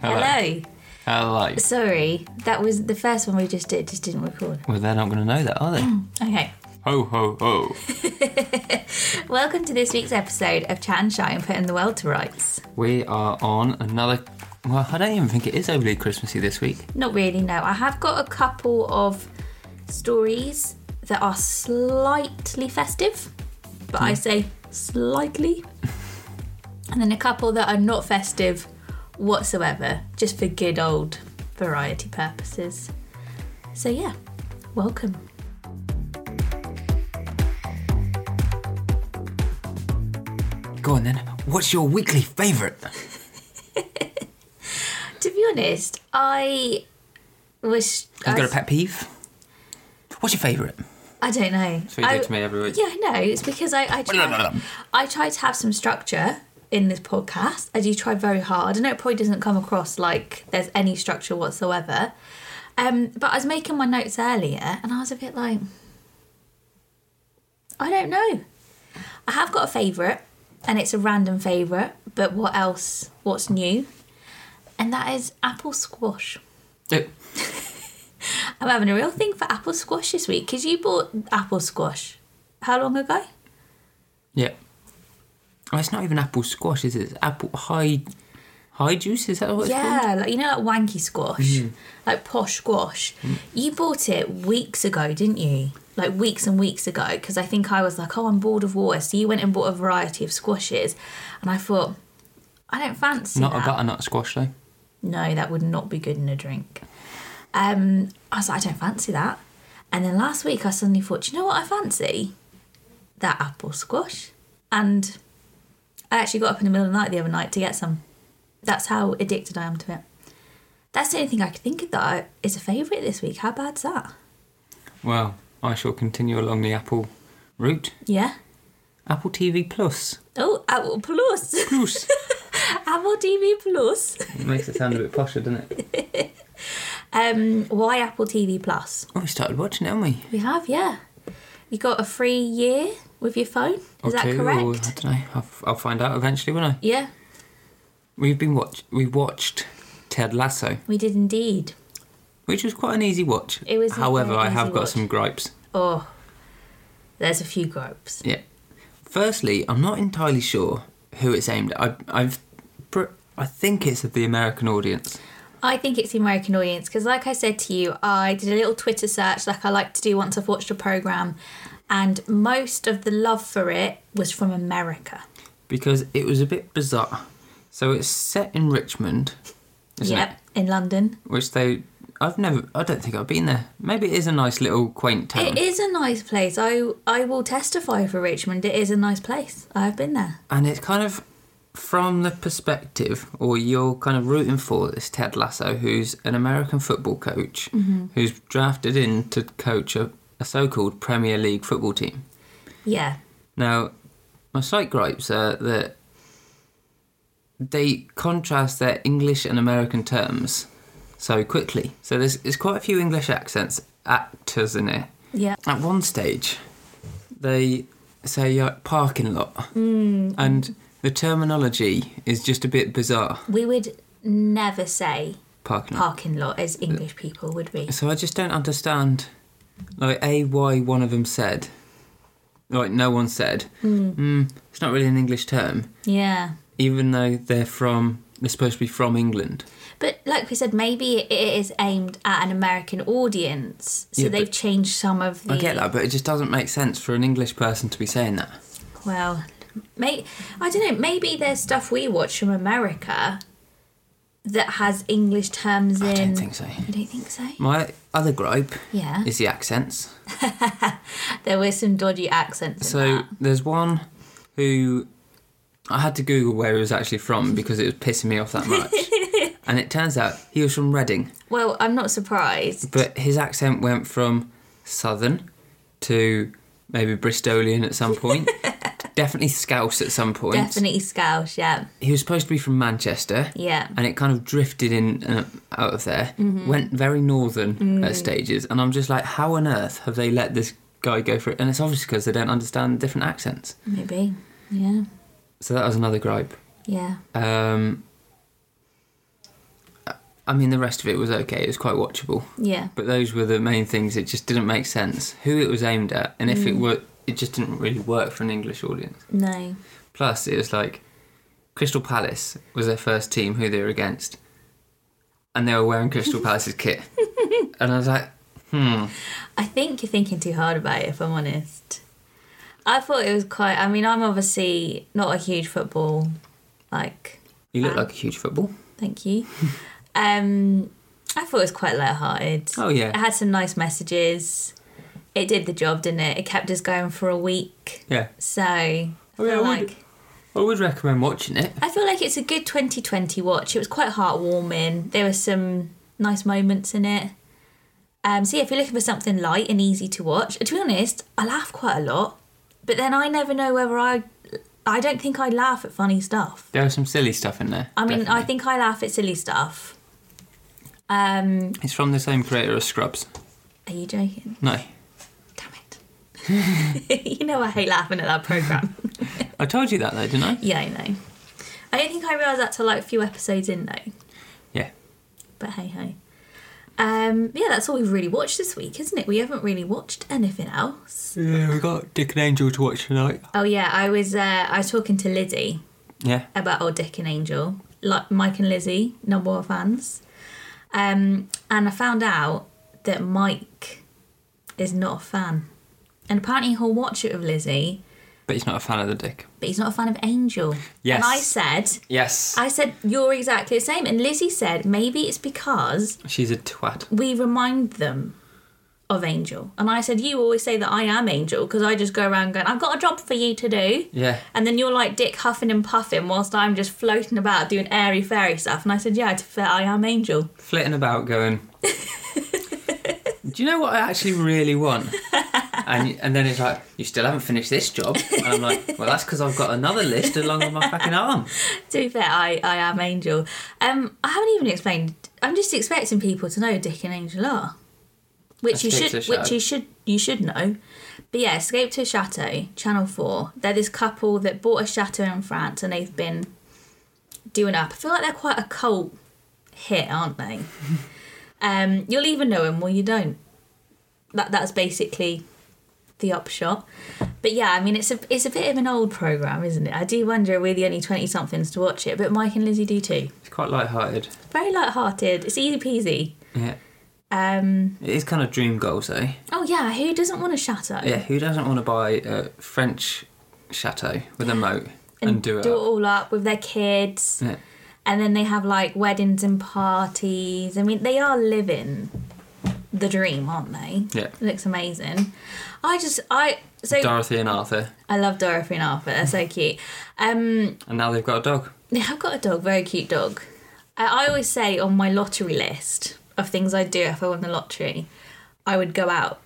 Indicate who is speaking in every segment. Speaker 1: Hello.
Speaker 2: Hello.
Speaker 1: Hello.
Speaker 2: Sorry, that was the first one we just did, just didn't record.
Speaker 1: Well, they're not going to know that, are they?
Speaker 2: Okay.
Speaker 1: ho, ho, ho.
Speaker 2: Welcome to this week's episode of Chat and Shine Putting the World to Rights.
Speaker 1: We are on another. Well, I don't even think it is overly Christmassy this week.
Speaker 2: Not really, no. I have got a couple of stories that are slightly festive, but I say slightly. and then a couple that are not festive whatsoever, just for good old variety purposes. So, yeah, welcome.
Speaker 1: Go on then. What's your weekly favourite?
Speaker 2: To be honest, I was.
Speaker 1: I've got
Speaker 2: I-
Speaker 1: a pet peeve. What's your favourite?
Speaker 2: I don't know.
Speaker 1: what you do
Speaker 2: I-
Speaker 1: to me every week.
Speaker 2: Yeah, I know. It's because I I try, I try to have some structure in this podcast. I do try very hard. I know it probably doesn't come across like there's any structure whatsoever. Um, but I was making my notes earlier, and I was a bit like, I don't know. I have got a favourite, and it's a random favourite. But what else? What's new? And that is apple squash.
Speaker 1: Oh,
Speaker 2: I'm having a real thing for apple squash this week because you bought apple squash. How long ago?
Speaker 1: yeah. Oh, it's not even apple squash, is it? It's apple high, high juice. Is that what it's called?
Speaker 2: Yeah, like you know, like wanky squash, like posh squash. You bought it weeks ago, didn't you? Like weeks and weeks ago, because I think I was like, oh, I'm bored of water. So you went and bought a variety of squashes, and I thought, I don't fancy
Speaker 1: Not
Speaker 2: that.
Speaker 1: a butternut squash though.
Speaker 2: no, that would not be good in a drink. Um, I was like, I don't fancy that. And then last week, I suddenly thought, "Do you know what I fancy? That apple squash. And I actually got up in the middle of the night the other night to get some. That's how addicted I am to it. That's the only thing I could think of that I- is a favourite this week. How bad's that?
Speaker 1: Well, I shall continue along the apple route.
Speaker 2: Yeah.
Speaker 1: Apple TV Plus.
Speaker 2: Oh, Apple Plus.
Speaker 1: Plus.
Speaker 2: Apple TV Plus.
Speaker 1: it makes it sound a bit posher, doesn't it?
Speaker 2: Um, why Apple TV Plus?
Speaker 1: Oh, we started watching, it, haven't we?
Speaker 2: We have, yeah. You got a free year with your phone. Is
Speaker 1: or
Speaker 2: that
Speaker 1: two, Or, I
Speaker 2: correct?
Speaker 1: don't know. I'll, I'll find out eventually, won't I?
Speaker 2: Yeah,
Speaker 1: We've been watch. We watched Ted Lasso,
Speaker 2: we did indeed.
Speaker 1: which was quite an easy watch.
Speaker 2: It was a
Speaker 1: However,
Speaker 2: very
Speaker 1: I have
Speaker 2: easy
Speaker 1: got
Speaker 2: watch.
Speaker 1: some gripes.
Speaker 2: Oh, there's a few gropes.
Speaker 1: Yeah. Firstly, I'm not entirely sure who it's aimed at. I, I've. pr- I think it's of the American audience.
Speaker 2: I think it's the American audience because, like I said to you, I did a little Twitter search like I like to do once I've watched a program, and most of the love for it was from America.
Speaker 1: because it was a bit bizarre. So it's set in Richmond, isn't
Speaker 2: yep, in London.
Speaker 1: it? Which they, I've never, I don't think I've been there. Maybe it is a nice little quaint town.
Speaker 2: It is a nice place. I I will testify for Richmond. It is a nice place. I've been there.
Speaker 1: and it's kind of from the perspective, or you're kind of rooting for this Ted Lasso, who's an American football coach who's drafted in to coach a, a so called Premier League football team.
Speaker 2: Yeah,
Speaker 1: Now, my slight gripes are that they contrast their English and American terms so quickly. So there's, there's quite a few English accents, actors in it.
Speaker 2: yeah.
Speaker 1: At one stage, they say like, parking lot, and the terminology is just a bit bizarre.
Speaker 2: We would never say
Speaker 1: Parking lot.
Speaker 2: parking lot as English people, would we?
Speaker 1: So I just don't understand, like, a why one of them said, like no one said. Mm. it's not really an English term.
Speaker 2: Yeah.
Speaker 1: even though they're from they're supposed to be from England.
Speaker 2: But like we said, maybe it is aimed at an American audience, so
Speaker 1: Yeah, but-
Speaker 2: they've changed some of the.
Speaker 1: I get that, but it just doesn't make sense for an English person to be saying that.
Speaker 2: Well, may I don't know. Maybe there's stuff we watch from America that has English terms
Speaker 1: I
Speaker 2: in.
Speaker 1: don't think so. Mm.
Speaker 2: You don't think so?
Speaker 1: My other gripe
Speaker 2: Yeah.
Speaker 1: is the accents.
Speaker 2: There were some dodgy accents. In
Speaker 1: So
Speaker 2: that.
Speaker 1: there's one who I had to Google where he was actually from because it was pissing me off that much. and it turns out he was from Reading,
Speaker 2: well, I'm not surprised.
Speaker 1: but his accent went from southern to maybe Bristolian at some point. Definitely Scouse at some point.
Speaker 2: Definitely Scouse. Yeah,
Speaker 1: He was supposed to be from Manchester.
Speaker 2: yeah. Mm-hmm.
Speaker 1: and it kind of drifted in and out of there. Went very northern
Speaker 2: Mm.
Speaker 1: at stages, and I'm just like, how on earth have they let this guy go for it? And it's obviously because they don't understand different accents.
Speaker 2: Maybe. Yeah,
Speaker 1: Uh, So that was another gripe.
Speaker 2: yeah.
Speaker 1: Um, I mean, the rest of it was okay. It was quite watchable.
Speaker 2: Yeah.
Speaker 1: But those were the main things. It just didn't make sense who it was aimed at, and if it
Speaker 2: Mm.
Speaker 1: were, it just didn't really work for an English audience.
Speaker 2: No.
Speaker 1: Plus, it was like Crystal Palace was their first team who they were against, and they were wearing Crystal Palace's kit, and I was like, hmm,
Speaker 2: I think you're thinking too hard about it, if I'm honest. I thought it was quite. I mean, I'm obviously not a huge football, like,
Speaker 1: you look
Speaker 2: Ah.
Speaker 1: like a huge football.
Speaker 2: thank you. um, I thought it was quite light-hearted.
Speaker 1: Oh
Speaker 2: It
Speaker 1: yeah,
Speaker 2: had some nice messages. It did the job, didn't it? It kept us going for a week.
Speaker 1: yeah.
Speaker 2: So I
Speaker 1: Oh,
Speaker 2: feel
Speaker 1: yeah, I would-
Speaker 2: like
Speaker 1: I would recommend watching it.
Speaker 2: I feel like it's a good 2020 watch. It was quite heartwarming. There were some nice moments in it. Um, so yeah, if you're looking for something light and easy to watch, to be honest, I laugh quite a lot. But then I never know whether I, I don't think I laugh at funny stuff.
Speaker 1: There was some silly stuff in there.
Speaker 2: I mean, I
Speaker 1: definitely.
Speaker 2: think I laugh at silly stuff. Um,
Speaker 1: it's from the same creator as Scrubs.
Speaker 2: are you joking?
Speaker 1: No,
Speaker 2: Damn it! you know I hate laughing at that program.
Speaker 1: I told you that though, didn't I?
Speaker 2: yeah, I know. I don't think I realised that till like a few episodes in though.
Speaker 1: Yeah.
Speaker 2: But hey hey. Um, yeah, that's all we've really watched this week, isn't it? We haven't really watched anything else.
Speaker 1: Yeah, we got Dick and Angel to watch tonight.
Speaker 2: Oh yeah, I was uh, I was talking to Lizzie
Speaker 1: Yeah.
Speaker 2: about old Dick and Angel, like Mike and Lizzie, number one fans. Um, and I found out that Mike is not a fan, and apparently he'll watch it with Lizzie,
Speaker 1: But he's not a fan of the dick.
Speaker 2: but he's not a fan of Angel.
Speaker 1: Yes.
Speaker 2: And I said,
Speaker 1: Yes.
Speaker 2: I said you're exactly the same, and Lizzie said maybe it's because
Speaker 1: She's a twat.
Speaker 2: we remind them of Angel. And I said, You always say that I am Angel because I just go around going, I've got a job for you to do.
Speaker 1: Yeah.
Speaker 2: And then you're like dick huffing and puffing whilst I'm just floating about doing airy fairy stuff. And I said, Yeah, to fair, I am Angel.
Speaker 1: Flitting about going. Do you know what I actually really want? And and then it's like, you still haven't finished this job. And I'm like, well, that's because I've got another list along with my fucking arm.
Speaker 2: To be fair, I, I am Angel. Um, I haven't even explained. I'm just expecting people to know who Dick and Angel are, which
Speaker 1: Escape
Speaker 2: you
Speaker 1: to
Speaker 2: should,
Speaker 1: Shadow.
Speaker 2: which you should, you should know. But yeah, Escape to a Chateau, Channel Four. They're this couple that bought a chateau in France, and they've been doing up. I feel like they're quite a cult hit, aren't they? um, you'll either know him or you don't. That that's basically the upshot. But yeah, I mean, it's a it's a bit of an old program, isn't it? I do wonder we're the only twenty somethings to watch it, but Mike and Lizzie do too.
Speaker 1: It's quite light-hearted.
Speaker 2: Very light-hearted. It's easy peasy.
Speaker 1: Yeah.
Speaker 2: Um,
Speaker 1: It is kind of dream goals, though.
Speaker 2: oh yeah, who doesn't want a chateau?
Speaker 1: Yeah, who doesn't want to buy a French chateau with a moat and, do it? up?
Speaker 2: all up with their kids,
Speaker 1: Yeah.
Speaker 2: and then they have like weddings and parties. I mean, they are living the dream, aren't they?
Speaker 1: Yeah.
Speaker 2: looks amazing. I just I so
Speaker 1: Dorothy and Arthur.
Speaker 2: I love Dorothy and Arthur. They're so cute. Um,
Speaker 1: And now they've got a dog.
Speaker 2: They have got a dog, very cute dog. I, I always say on my lottery list of things I'd do if I won the lottery, I would go out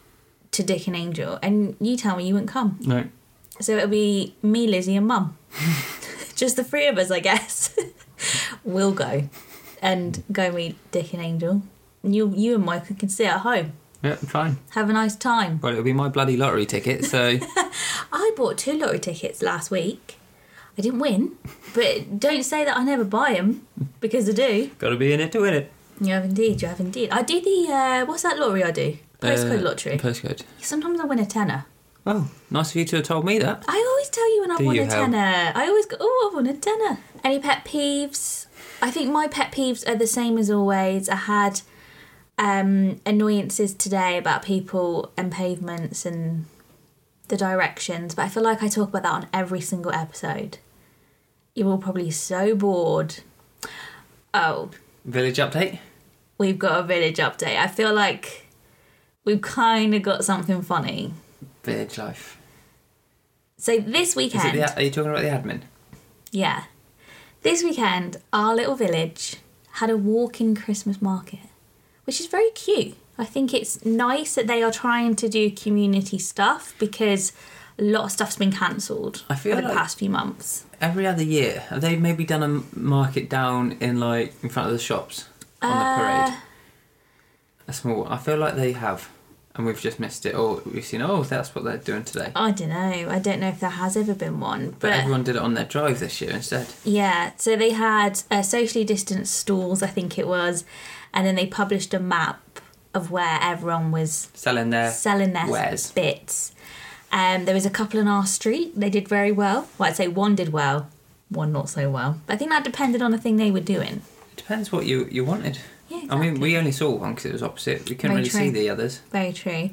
Speaker 2: to Dick and Angel, and you tell me you wouldn't come.
Speaker 1: No.
Speaker 2: So it'll be me, Lizzie, and Mum. Just the three of us, I guess. we'll go and go meet Dick and Angel. And You, you and Mike can stay at home,
Speaker 1: Yeah, fine.
Speaker 2: have a nice time.
Speaker 1: Well, it'll be my bloody lottery ticket, so
Speaker 2: I bought two lottery tickets last week. I didn't win, but don't say that I never buy them because I do.
Speaker 1: gotta be in it to win it.
Speaker 2: You have indeed, you have indeed. I do the, uh, what's that lottery I do? Postcode
Speaker 1: Uh,
Speaker 2: lottery.
Speaker 1: Postcode.
Speaker 2: Sometimes I win a tenner.
Speaker 1: Oh, nice of you to have told me that.
Speaker 2: I always tell you when I've
Speaker 1: Do
Speaker 2: won
Speaker 1: you,
Speaker 2: a
Speaker 1: Hel?
Speaker 2: tenner. I always go, oh, I've won a tenner. Any pet peeves? I think my pet peeves are the same as always. I had um, annoyances today about people and pavements and the directions, but I feel like I talk about that on every single episode. You're all probably so bored. Oh,
Speaker 1: Village update.
Speaker 2: we've got a village update. I feel like we've kind of got something funny.
Speaker 1: Village life.
Speaker 2: So this
Speaker 1: Is it
Speaker 2: weekend,
Speaker 1: the, are you talking about the admin?
Speaker 2: yeah, this weekend, our little village had a walk-in Christmas market, which is very cute. I think it's nice that they are trying to do community stuff because a lot of stuff's been cancelled
Speaker 1: I feel
Speaker 2: over the
Speaker 1: like-
Speaker 2: past few months.
Speaker 1: Every other year, have they maybe done a m- market down in like in front of the shops on the
Speaker 2: Uh,
Speaker 1: parade? A small. I feel like they have, and we've just missed it, or we've seen, oh, that's what they're doing today.
Speaker 2: I don't know. I don't know if there has ever been one, but,
Speaker 1: But everyone did it on their drive this year instead.
Speaker 2: yeah. So they had uh, socially distanced stalls, I think it was, and then they published a map of where everyone was
Speaker 1: Selling their
Speaker 2: selling their
Speaker 1: wares.
Speaker 2: bits. Um, there was a couple in our street. They did very well. Well, I'd say one did well, one not so well. But I think that depended on the thing they were doing.
Speaker 1: It depends what you, you wanted.
Speaker 2: Yeah,
Speaker 1: I mean, we only saw one because it was opposite. We couldn't
Speaker 2: Very
Speaker 1: really see
Speaker 2: true.
Speaker 1: the others.
Speaker 2: Very true.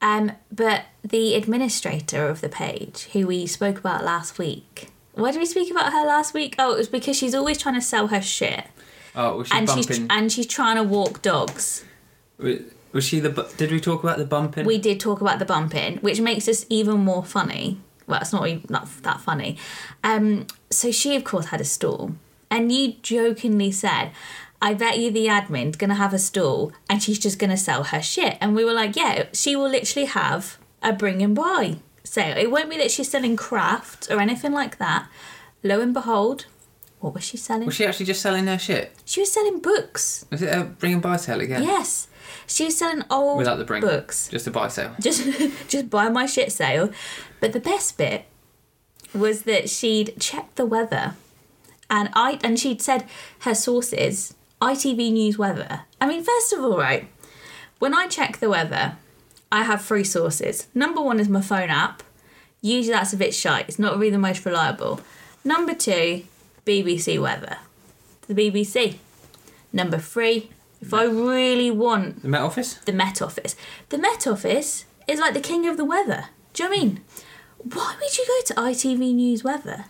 Speaker 2: Um, but the administrator of the page, who we spoke about last week, why did we speak about her last week? Oh, it was because she's always trying to sell her shit,
Speaker 1: Oh, was she
Speaker 2: and
Speaker 1: bumping?
Speaker 2: she's and she's trying to walk dogs.
Speaker 1: was, was she the? bu- Did we talk about the bumping?
Speaker 2: We did talk about the bumping, which makes this even more funny. Well, it's not even not that funny. Um, so she, of course, had a stall, and you jokingly said, "I bet you the admin's gonna have a stall, and she's just gonna sell her shit." And we were like, "Yeah, she will literally have a bring and buy." So it won't be that she's selling craft or anything like that. Lo and behold, what was she selling?
Speaker 1: was she actually just selling her shit?
Speaker 2: she was selling books.
Speaker 1: Was it a bring and buy sale again?
Speaker 2: Yes, she was selling old
Speaker 1: Without the bring.
Speaker 2: books
Speaker 1: Just a buy sale.
Speaker 2: just just buy my shit sale. But the best bit was that she'd checked the weather, and I and she'd said her sources ITV News weather. I mean, first of all, right, when I check the weather, I have three sources. Number one is my phone app. Usually that's a bit shite. It's not really the most reliable. Number two, BBC weather, the BBC. Number three, if I really want
Speaker 1: The Met Office.
Speaker 2: the Met Office. The Met Office is like the king of the weather. Do you know what I mean? Why would you go to ITV News Weather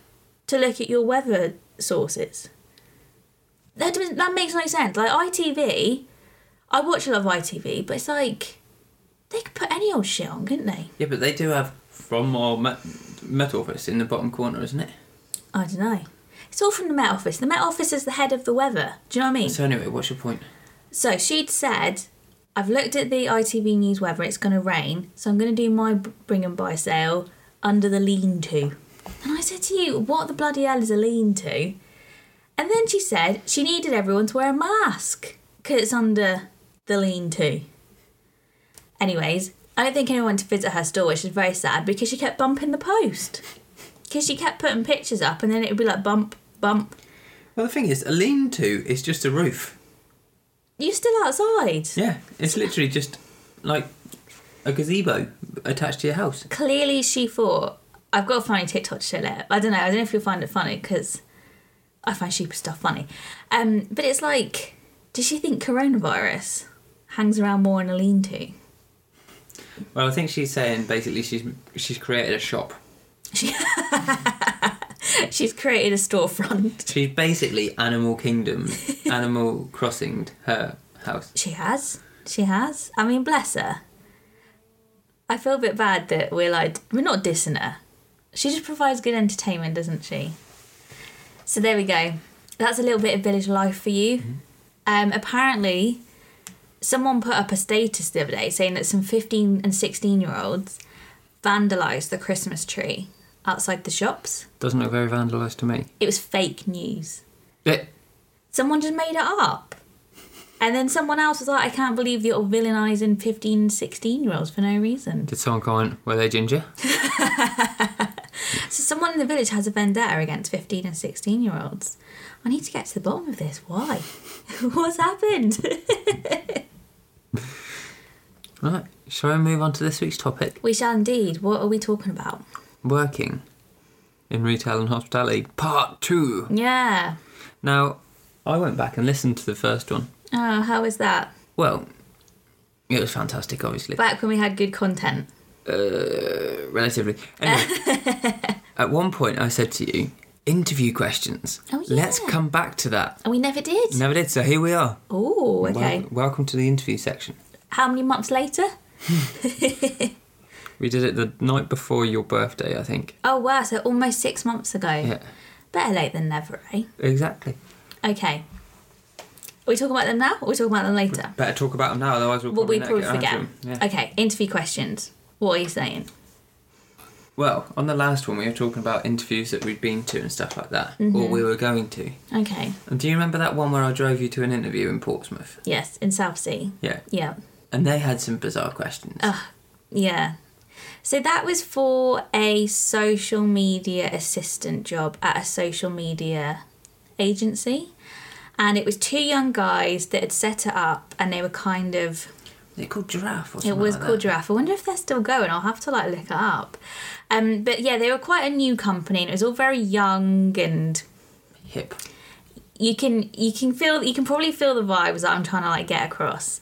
Speaker 2: to look at your weather sources? That doesn't- that makes no sense. Like ITV, I watch a lot of ITV, but it's like they could put any old shit on, couldn't they?
Speaker 1: Yeah, but they do have from our Met, Met Office in the bottom corner, isn't it?
Speaker 2: I don't know. It's all from the Met Office. The Met Office is the head of the weather. Do you know what I mean?
Speaker 1: So anyway, what's your point?
Speaker 2: So she'd said, I've looked at the ITV news weather, it's going to rain, so I'm going to do my b- bring and buy sale under the lean to. And I said to you, what the bloody hell is a lean to? And then she said she needed everyone to wear a mask because it's under the lean to. Anyways, I don't think anyone went to visit her store, which is very sad because she kept bumping the post. Because she kept putting pictures up and then it would be like bump, bump.
Speaker 1: Well, the thing is, a lean-to is just a roof.
Speaker 2: You're still outside.
Speaker 1: Yeah, it's literally just like a gazebo attached to your house.
Speaker 2: clearly she thought I've got a funny TikTok to show later. I don't know. I don't know if you'll find it funny because I find stupid stuff funny. Um, but it's like, does she think coronavirus hangs around more in a lean-to?
Speaker 1: Well, I think she's saying basically she's she's created a shop.
Speaker 2: She's created a storefront.
Speaker 1: She's basically Animal Kingdom, Animal Crossing her house.
Speaker 2: She has. She has. I mean, bless her. I feel a bit bad that we're like we're not dissing her. She just provides good entertainment, doesn't she? So there we go. That's a little bit of village life for you. Um, apparently, someone put up a status the other day saying that some 15 and 16 year olds vandalised the Christmas tree outside the shops.
Speaker 1: Doesn't look very vandalised to me.
Speaker 2: It was fake news.
Speaker 1: Yeah,
Speaker 2: Someone just made it up. And then someone else was like, I can't believe you're villainising 15, 16 year olds for no reason.
Speaker 1: Did someone comment, were they ginger?
Speaker 2: So someone in the village has a vendetta against 15 and 16 year olds. I need to get to the bottom of this. Why? What's happened?
Speaker 1: Right, shall we move on to this week's topic?
Speaker 2: we shall indeed. What are we talking about?
Speaker 1: Working in retail and hospitality, part two.
Speaker 2: Yeah.
Speaker 1: Now, I went back and listened to the first one.
Speaker 2: Oh, how is that?
Speaker 1: Well, it was fantastic, obviously.
Speaker 2: Back when we had good content.
Speaker 1: Uh, relatively. Anyway, at one point I said to you, interview questions.
Speaker 2: Oh,
Speaker 1: Let's
Speaker 2: yeah.
Speaker 1: come back to that.
Speaker 2: And we never did.
Speaker 1: Never did, so here we are.
Speaker 2: Oh, okay.
Speaker 1: Wel- welcome to the interview section.
Speaker 2: How many months later?
Speaker 1: We did it the night before your birthday, I think.
Speaker 2: Oh, wow. So almost six months ago.
Speaker 1: Yeah,
Speaker 2: Better late than never, eh?
Speaker 1: exactly.
Speaker 2: Okay. Are we talking about them now or are we talking about them later?
Speaker 1: Better talk about them now, otherwise we'll
Speaker 2: Well,
Speaker 1: probably,
Speaker 2: we
Speaker 1: not
Speaker 2: probably
Speaker 1: get around to
Speaker 2: forget.
Speaker 1: them. Yeah.
Speaker 2: Okay, interview questions. What are you saying?
Speaker 1: Well, on the last one, we were talking about interviews that we'd been to and stuff like that, or
Speaker 2: Mm-hmm.
Speaker 1: we were going to.
Speaker 2: Okay.
Speaker 1: And do you remember that one where I drove you to an interview in Portsmouth?
Speaker 2: Yes, in South Sea.
Speaker 1: Yeah.
Speaker 2: Yeah. Oh.
Speaker 1: and they had some bizarre questions.
Speaker 2: Yeah. So that was for a social media assistant job at a social media agency. And it was two young guys that had set it up and they were kind of
Speaker 1: They called giraffe or
Speaker 2: it
Speaker 1: something.
Speaker 2: was
Speaker 1: like
Speaker 2: called
Speaker 1: that.
Speaker 2: Giraffe. I wonder if they're still going. I'll have to like look it up. Um but yeah, they were quite a new company and it was all very young and
Speaker 1: Hip.
Speaker 2: you can you can feel you can probably feel the vibes that I'm trying to like get across.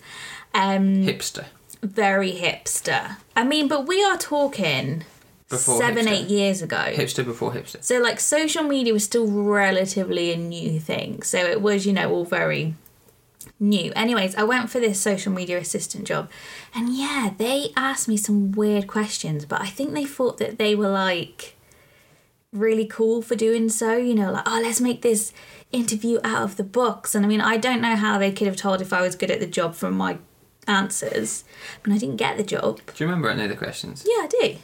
Speaker 2: Um
Speaker 1: Hipster.
Speaker 2: very hipster. I mean, but we are talking
Speaker 1: Before
Speaker 2: seven,
Speaker 1: hipster.
Speaker 2: eight years ago.
Speaker 1: Hipster before hipster.
Speaker 2: So, like, social media was still relatively a new thing. So, it was, you know, all very new. Anyways, I went for this social media assistant job. And yeah, they asked me some weird questions, but I think they thought that they were like really cool for doing so. You know, like, oh, let's make this interview out of the books. And I mean, I don't know how they could have told if I was good at the job from my answers. I mean, I didn't get the job.
Speaker 1: Do you remember any of the questions?
Speaker 2: Yeah, I do.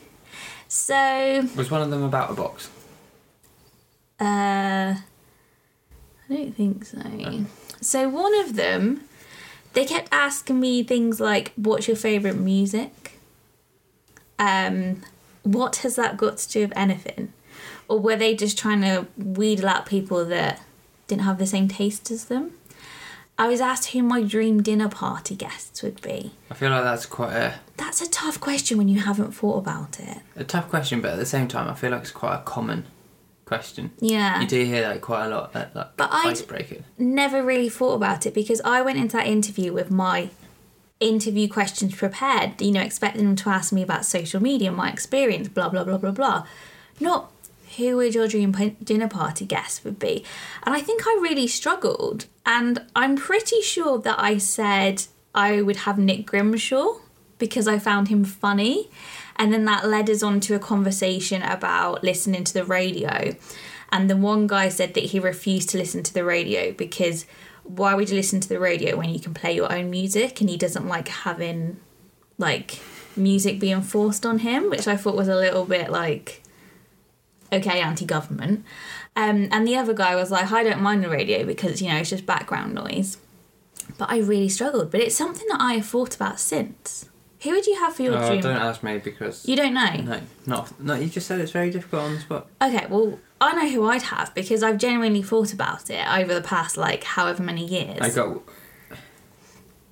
Speaker 2: So,
Speaker 1: Was one of them about a box?
Speaker 2: Uh, I don't think so. So one of them, they kept asking me things like, "What's your favorite music?" Um, what has that got to do with anything? Or were they just trying to wheedle out people that didn't have the same taste as them? I was asked who my dream dinner party guests would be.
Speaker 1: I feel like that's quite a,
Speaker 2: That's a tough question when you haven't thought about it.
Speaker 1: a tough question, but at the same time, I feel like it's quite a common question.
Speaker 2: Yeah.
Speaker 1: You do hear that quite a lot, that like
Speaker 2: But I'd-
Speaker 1: icebreaker.
Speaker 2: never really thought about it because I went into that interview with my interview questions prepared, you know, expecting them to ask me about social media, my experience, blah, blah, blah, blah, blah. Not who would your dream pin- dinner party guest would be. And I think I really struggled. And I'm pretty sure that I said I would have Nick Grimshaw because I found him funny. And then that led us on to a conversation about listening to the radio. And the one guy said that he refused to listen to the radio because why would you listen to the radio when you can play your own music? And he doesn't like having like music being forced on him, which I thought was a little bit like okay, anti government. Um, and the other guy was like, I don't mind the radio because, you know, it's just background noise. But I really struggled. But it's something that I have thought about since. Who would you have for your
Speaker 1: Oh,
Speaker 2: dream?
Speaker 1: don't ask me because.
Speaker 2: You don't know?
Speaker 1: No, not. No, you just said it's very difficult on the spot.
Speaker 2: Okay, well, I know who I'd have because I've genuinely thought about it over the past, like, however many years.
Speaker 1: I got.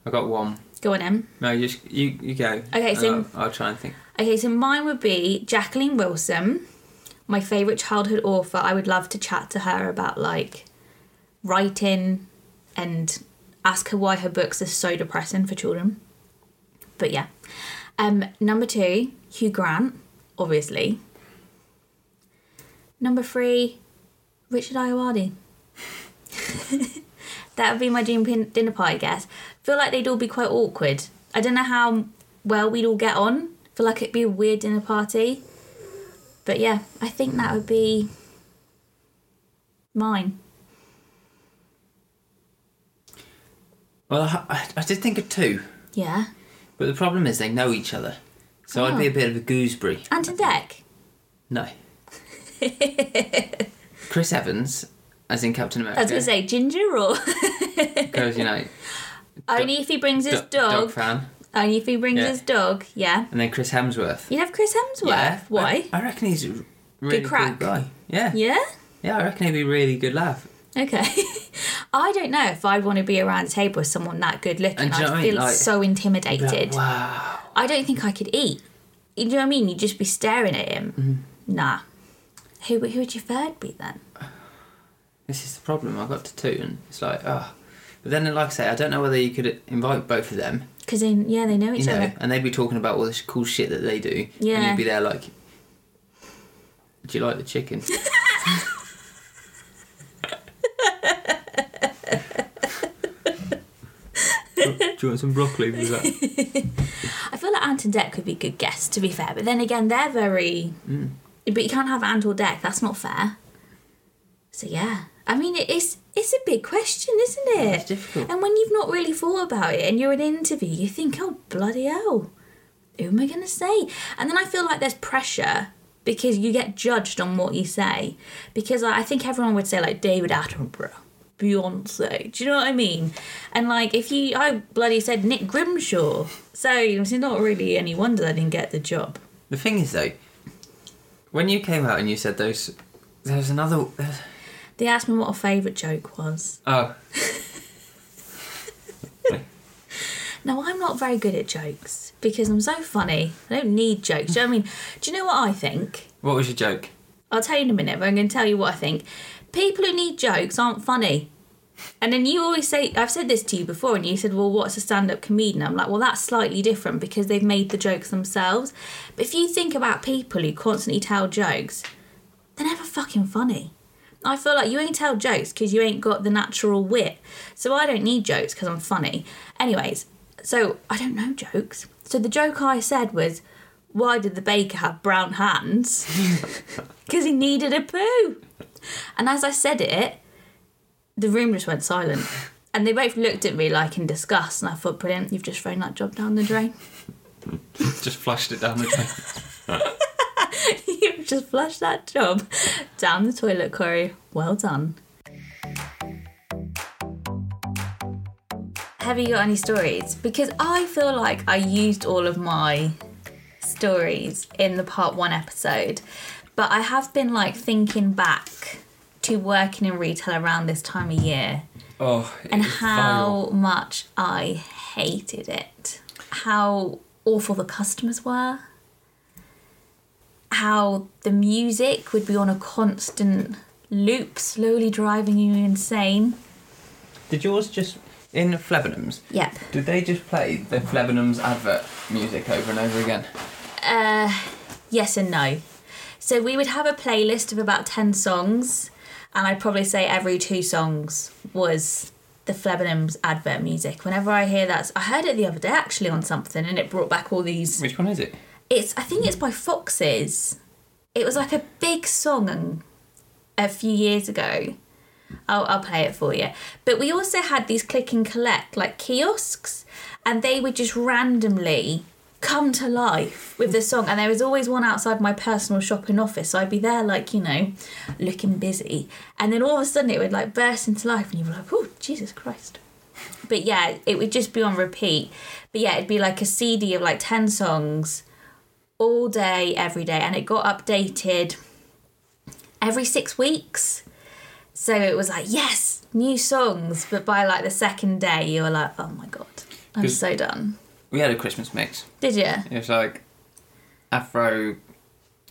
Speaker 1: I got one.
Speaker 2: Go on, Em.
Speaker 1: No, you just you you go.
Speaker 2: Okay,
Speaker 1: And
Speaker 2: so-
Speaker 1: I'll, I'll try and think.
Speaker 2: Okay, so mine would be Jacqueline Wilson, my favourite childhood author. I would love to chat to her about like writing and ask her why her books are so depressing for children. But yeah. Um, number two, Hugh Grant, obviously. Number three, Richard Iowadi. that would be my dream pin- dinner party guess. Feel like they'd all be quite awkward. I don't know how well we'd all get on. Feel like it'd be a weird dinner party. But yeah, I think that would be mine.
Speaker 1: Well, I, I, I did think of two,
Speaker 2: Yeah.
Speaker 1: but the problem is they know each other, so I'd be
Speaker 2: Oh.
Speaker 1: a bit of a gooseberry.
Speaker 2: Anton Deck.
Speaker 1: No. Chris Evans, as in Captain
Speaker 2: I was
Speaker 1: America,
Speaker 2: gonna say ginger or
Speaker 1: because you know
Speaker 2: only if he brings his
Speaker 1: du-
Speaker 2: dog.
Speaker 1: dog fan,
Speaker 2: Only if he brings
Speaker 1: Yeah.
Speaker 2: his dog. Yeah.
Speaker 1: and then Chris Hemsworth.
Speaker 2: You'd have Chris Hemsworth.
Speaker 1: Yeah,
Speaker 2: Why?
Speaker 1: I, I reckon he's a really cool
Speaker 2: crack.
Speaker 1: guy. Yeah. yeah,
Speaker 2: yeah.
Speaker 1: I reckon he'd be a really good laugh.
Speaker 2: Okay. I don't know if I'd want to be around a table with someone that good looking.
Speaker 1: And do you know what I
Speaker 2: I'd
Speaker 1: mean?
Speaker 2: feel
Speaker 1: Like-
Speaker 2: so
Speaker 1: Be like,
Speaker 2: intimidated.
Speaker 1: wow.
Speaker 2: I don't think I could eat. You know what I mean? You'd just be staring at him. Nah. Who, who would your third be then?
Speaker 1: This is the problem. I got to two, and it's like, oh. But then, like I say, I don't know whether you could invite both of them,
Speaker 2: Because then, yeah, they know each
Speaker 1: you know,
Speaker 2: other.
Speaker 1: and they'd be talking about all this cool shit that they do. And
Speaker 2: Yeah.
Speaker 1: you'd be there like, do you like the chicken? do you want some broccoli with that?
Speaker 2: I feel like Ant and Deck could be good guests, to be fair. But then again, they're very. But you can't have Ant or Deck. That's not fair. So yeah, I mean, it is. It's a big question, isn't it?
Speaker 1: it's difficult.
Speaker 2: And when you've not really thought about it, and you're in an interview, you think, oh bloody hell, who am I gonna say? And then I feel like there's pressure because you get judged on what you say. Because I I think everyone would say like David Attenborough, Beyonce. Do you know what I mean? And like, if you, I bloody said Nick Grimshaw. So it's not really any wonder they didn't get the job.
Speaker 1: The thing is, though, when you came out and you said those, there was another. there's-
Speaker 2: They asked me what a favourite joke was.
Speaker 1: oh,
Speaker 2: Now, I'm not very good at jokes because I'm so funny. I don't need jokes. Do you know what I mean? Do you know what I think?
Speaker 1: what was your joke?
Speaker 2: I'll tell you in a minute, but I'm going to tell you what I think. People who need jokes aren't funny. And then you always say, I've said this to you before, and you said, Well, what's a stand up comedian? I'm like, Well, that's slightly different because they've made the jokes themselves. But if you think about people who constantly tell jokes, they're never fucking funny. I feel like you ain't tell jokes because you ain't got the natural wit. So I don't need jokes because I'm funny. Anyways, so I don't know jokes. So the joke I said was, Why did the baker have brown hands? because he needed a poo. And as I said it, the room just went silent. And they both looked at me like in disgust, and I thought, brilliant, you've just thrown that job down the drain.
Speaker 1: Just flushed it down the drain.
Speaker 2: you've just flushed that job down the toilet, Corey. Well done. Have you got any stories? Because I feel like I used all of my stories in the part one episode, but I have been like thinking back to working in retail around this time of year
Speaker 1: Oh, it
Speaker 2: and
Speaker 1: was
Speaker 2: how much I hated it. How awful the customers were. How the music would be on a constant loop, slowly driving you insane.
Speaker 1: viral. Did yours just in Flebbenham's?
Speaker 2: Yep.
Speaker 1: Did they just play the Flebbenham's advert music over and over again?
Speaker 2: Uh, yes and no. So we would have a playlist of about 10 songs, and I'd probably say every two songs was the Flebbenham's advert music. Whenever I hear that, I heard it the other day actually on something, and it brought back all these
Speaker 1: Which one is it?
Speaker 2: it's I think it's by Foxes. It was like a big song a few years ago. I'll, I'll play it for you. But we also had these click and collect like kiosks, and they would just randomly come to life with the song. And there was always one outside my personal shopping office, so I'd be there like you know, looking busy, and then all of a sudden it would like burst into life, and you were like, oh Jesus Christ but yeah, it would just be on repeat. But yeah, it'd be like a CD of like 10 songs all day, every day. And it got updated every six weeks. So it was like, yes, new songs. But by like the second day, you were like, oh my God, I'm
Speaker 1: Good.
Speaker 2: so done.
Speaker 1: We had a Christmas mix.
Speaker 2: Did you?
Speaker 1: It was like Afro,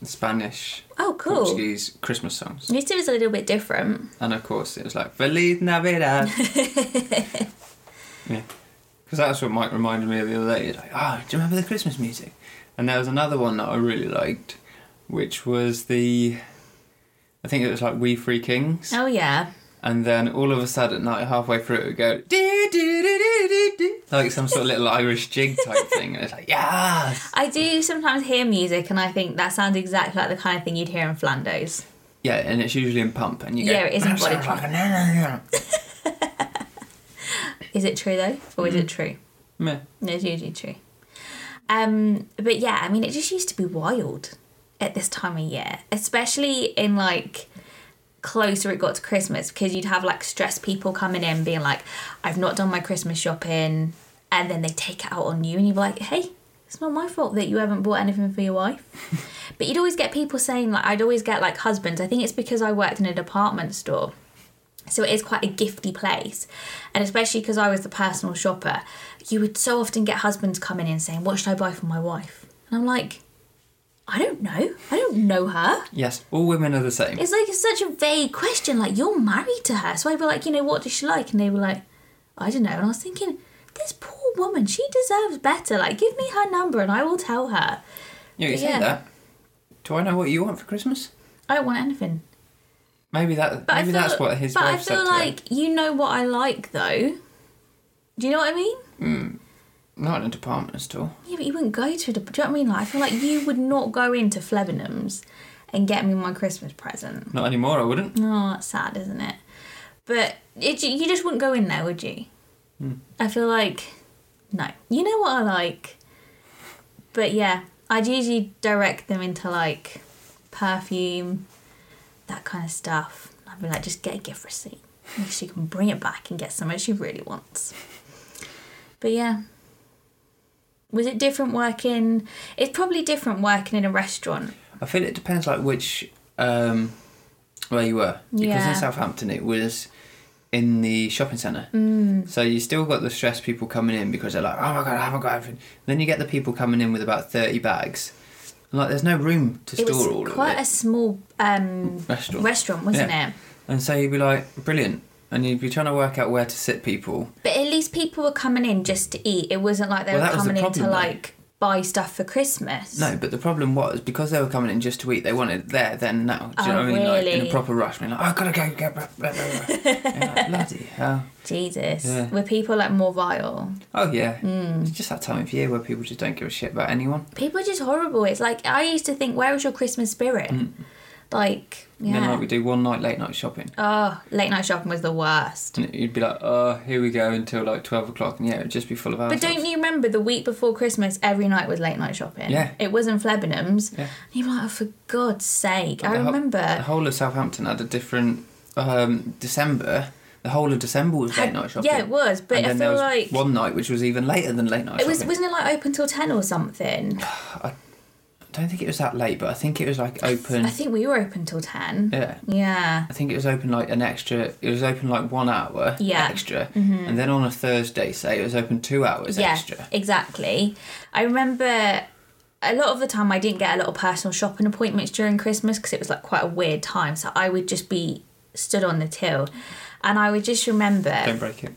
Speaker 1: Spanish,
Speaker 2: Oh, cool.
Speaker 1: Portuguese Christmas songs.
Speaker 2: At least it was a little bit different.
Speaker 1: And of course, it was like Feliz Navidad. yeah, because that's what Mike reminded me of the other day. He's like, "Oh, do you remember the Christmas music?" And there was another one that I really liked, which was the, I think it was like "We Three Kings."
Speaker 2: Oh, yeah.
Speaker 1: And then all of a sudden, like halfway through, it would go do do do do do do, like some sort of little Irish jig type thing. And it's like, yes,
Speaker 2: I do sometimes hear music and I think that sounds exactly like the kind of thing you'd hear in Flandos.
Speaker 1: yeah, and it's usually in pump, and you go,
Speaker 2: Yeah, it is in
Speaker 1: "That
Speaker 2: body
Speaker 1: sounds like a na- na- na."
Speaker 2: Is it true though? Or is it true?
Speaker 1: Meh.
Speaker 2: No, it's usually true. Um, but yeah, I mean, it just used to be wild at this time of year, especially in like closer it got to Christmas because you'd have like stressed people coming in being like, I've not done my Christmas shopping, and then they take it out on you, and you're like, hey, it's not my fault that you haven't bought anything for your wife. but you'd always get people saying, like, I'd always get like husbands. I think it's because I worked in a department store. So it is quite a gifty place. And especially because I was the personal shopper, you would so often get husbands coming in saying, What should I buy for my wife? And I'm like, I don't know. I don't know her.
Speaker 1: Yes, all women are the same.
Speaker 2: It's like it's such a vague question. Like, you're married to her. So I'd be like, You know, what does she like? And they were like, I don't know. And I was thinking, This poor woman, she deserves better. Like, give me her number and I will tell her.
Speaker 1: Yeah, you
Speaker 2: Yeah.
Speaker 1: say that. Do I know what you want for Christmas?
Speaker 2: I don't want anything.
Speaker 1: Maybe that.
Speaker 2: But I
Speaker 1: maybe
Speaker 2: feel-
Speaker 1: that's what his
Speaker 2: But I
Speaker 1: wife
Speaker 2: feel
Speaker 1: said to him.
Speaker 2: like you know what I like, though. Do you know what I mean?
Speaker 1: Not in a department store.
Speaker 2: Yeah, but you wouldn't go to. the- Do you know what I mean? Like, I feel like you would not go into Flebbenham's and get me my Christmas present.
Speaker 1: Not anymore. I wouldn't.
Speaker 2: Oh, that's sad, isn't it? But it, you just wouldn't go in there, would you?
Speaker 1: Hmm.
Speaker 2: I feel like no. You know what I like, but yeah, I'd usually direct them into like perfume, that kind of stuff. I'd be like, just get a gift receipt. she can bring it back and get somewhere she really wants. But yeah. Was it different working? It's probably different working in a restaurant.
Speaker 1: I feel it depends like which um, where you were because
Speaker 2: Yeah.
Speaker 1: in Southampton it was in the shopping centre. Mm. So you still got the stressed people coming in because they're like, oh my god, I haven't got everything. Then you get the people coming in with about thirty bags. And, like there's no room to
Speaker 2: It
Speaker 1: store
Speaker 2: was
Speaker 1: all of
Speaker 2: quite
Speaker 1: it.
Speaker 2: a small um,
Speaker 1: Restaurant.
Speaker 2: restaurant, wasn't
Speaker 1: Yeah.
Speaker 2: it?
Speaker 1: And so you'd be like, brilliant. And you'd be trying to work out where to sit people.
Speaker 2: But at least people were coming in just to eat. It wasn't like they
Speaker 1: Well,
Speaker 2: were
Speaker 1: that was the
Speaker 2: coming in to
Speaker 1: problem, though.
Speaker 2: like buy stuff for Christmas.
Speaker 1: No, but the problem was because they were coming in just to eat, they wanted there, then, now. Do you know
Speaker 2: Oh,
Speaker 1: what I mean? Like in
Speaker 2: really?
Speaker 1: a proper rush. Being like, "Oh, I've got to go get. Blah, blah, blah, blah. And you're like, Bloody hell.
Speaker 2: Jesus.
Speaker 1: Yeah.
Speaker 2: Were people like more vile?
Speaker 1: Oh yeah,
Speaker 2: Hmm.
Speaker 1: it's just that time of year where people just don't give a shit about anyone.
Speaker 2: People are just horrible. It's like I used to think, where is your Christmas spirit? Like,
Speaker 1: And Mm. then like
Speaker 2: yeah.
Speaker 1: we do one night late night shopping,
Speaker 2: Oh, late night shopping was the worst.
Speaker 1: and you'd be like, oh, here we go until like twelve o'clock, and yeah, it'd just be full of
Speaker 2: But
Speaker 1: assholes.
Speaker 2: don't you remember the week before Christmas, every night was late night shopping?
Speaker 1: Yeah.
Speaker 2: It wasn't Flebbenham's.
Speaker 1: Yeah.
Speaker 2: And you were like, oh, for God's sake. I
Speaker 1: The ho- the
Speaker 2: remember.
Speaker 1: whole of Southampton had a different um, December. The whole of December was late night shopping.
Speaker 2: Yeah, it was. But
Speaker 1: and
Speaker 2: I
Speaker 1: then
Speaker 2: feel
Speaker 1: there was
Speaker 2: like.
Speaker 1: one night which was even later than late night
Speaker 2: it was,
Speaker 1: shopping.
Speaker 2: wasn't it like open till 10 or something?
Speaker 1: I don't think it was that late, but I think it was like open.
Speaker 2: I think we were open till 10.
Speaker 1: yeah.
Speaker 2: Yeah.
Speaker 1: I think it was open like an extra. It was open like one hour
Speaker 2: Yeah. Mm-hmm.
Speaker 1: extra, and then on a Thursday, say it was open two hours
Speaker 2: yeah,
Speaker 1: extra.
Speaker 2: exactly. I remember a lot of the time I didn't get a lot of personal shopping appointments during Christmas because it was like quite a weird time. So I would just be stood on the till, and I would just remember
Speaker 1: Don't break it.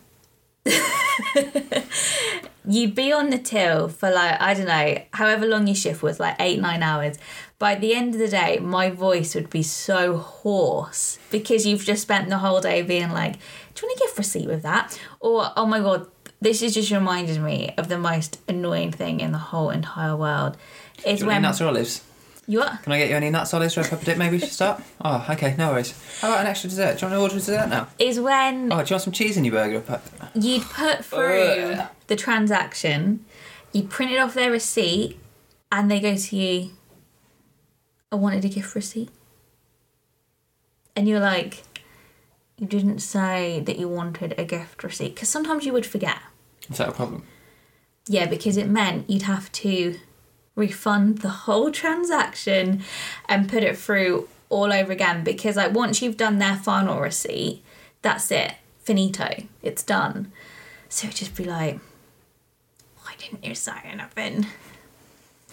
Speaker 2: you'd be on the till for like I don't know however long your shift was, like eight nine hours. By the end of the day, my voice would be so hoarse because you've just spent the whole day being like, "Do you want to get for a seat with that?" Or "Oh my god." This has just reminded me of the most annoying thing in the whole entire world. It's
Speaker 1: Do you want
Speaker 2: when
Speaker 1: any nuts or olives?
Speaker 2: you what?
Speaker 1: Can I get you any nuts, olives, red pepper dip? Maybe we should start. Oh, okay, no worries. How about an extra dessert? Do you want to order a dessert now?
Speaker 2: is when
Speaker 1: Oh, do you want some cheese in your burger? Pe-
Speaker 2: you'd put through
Speaker 1: Ugh.
Speaker 2: the transaction, you printed off their receipt, and they go to you, I wanted a gift receipt. And you're like, you didn't say that you wanted a gift receipt. Because sometimes you would forget.
Speaker 1: Is that a problem?
Speaker 2: Yeah, because it meant you'd have to refund the whole transaction and put it through all over again because like once you've done their final receipt, that's it. Finito. It's done. So it'd just be like, why didn't you say anything?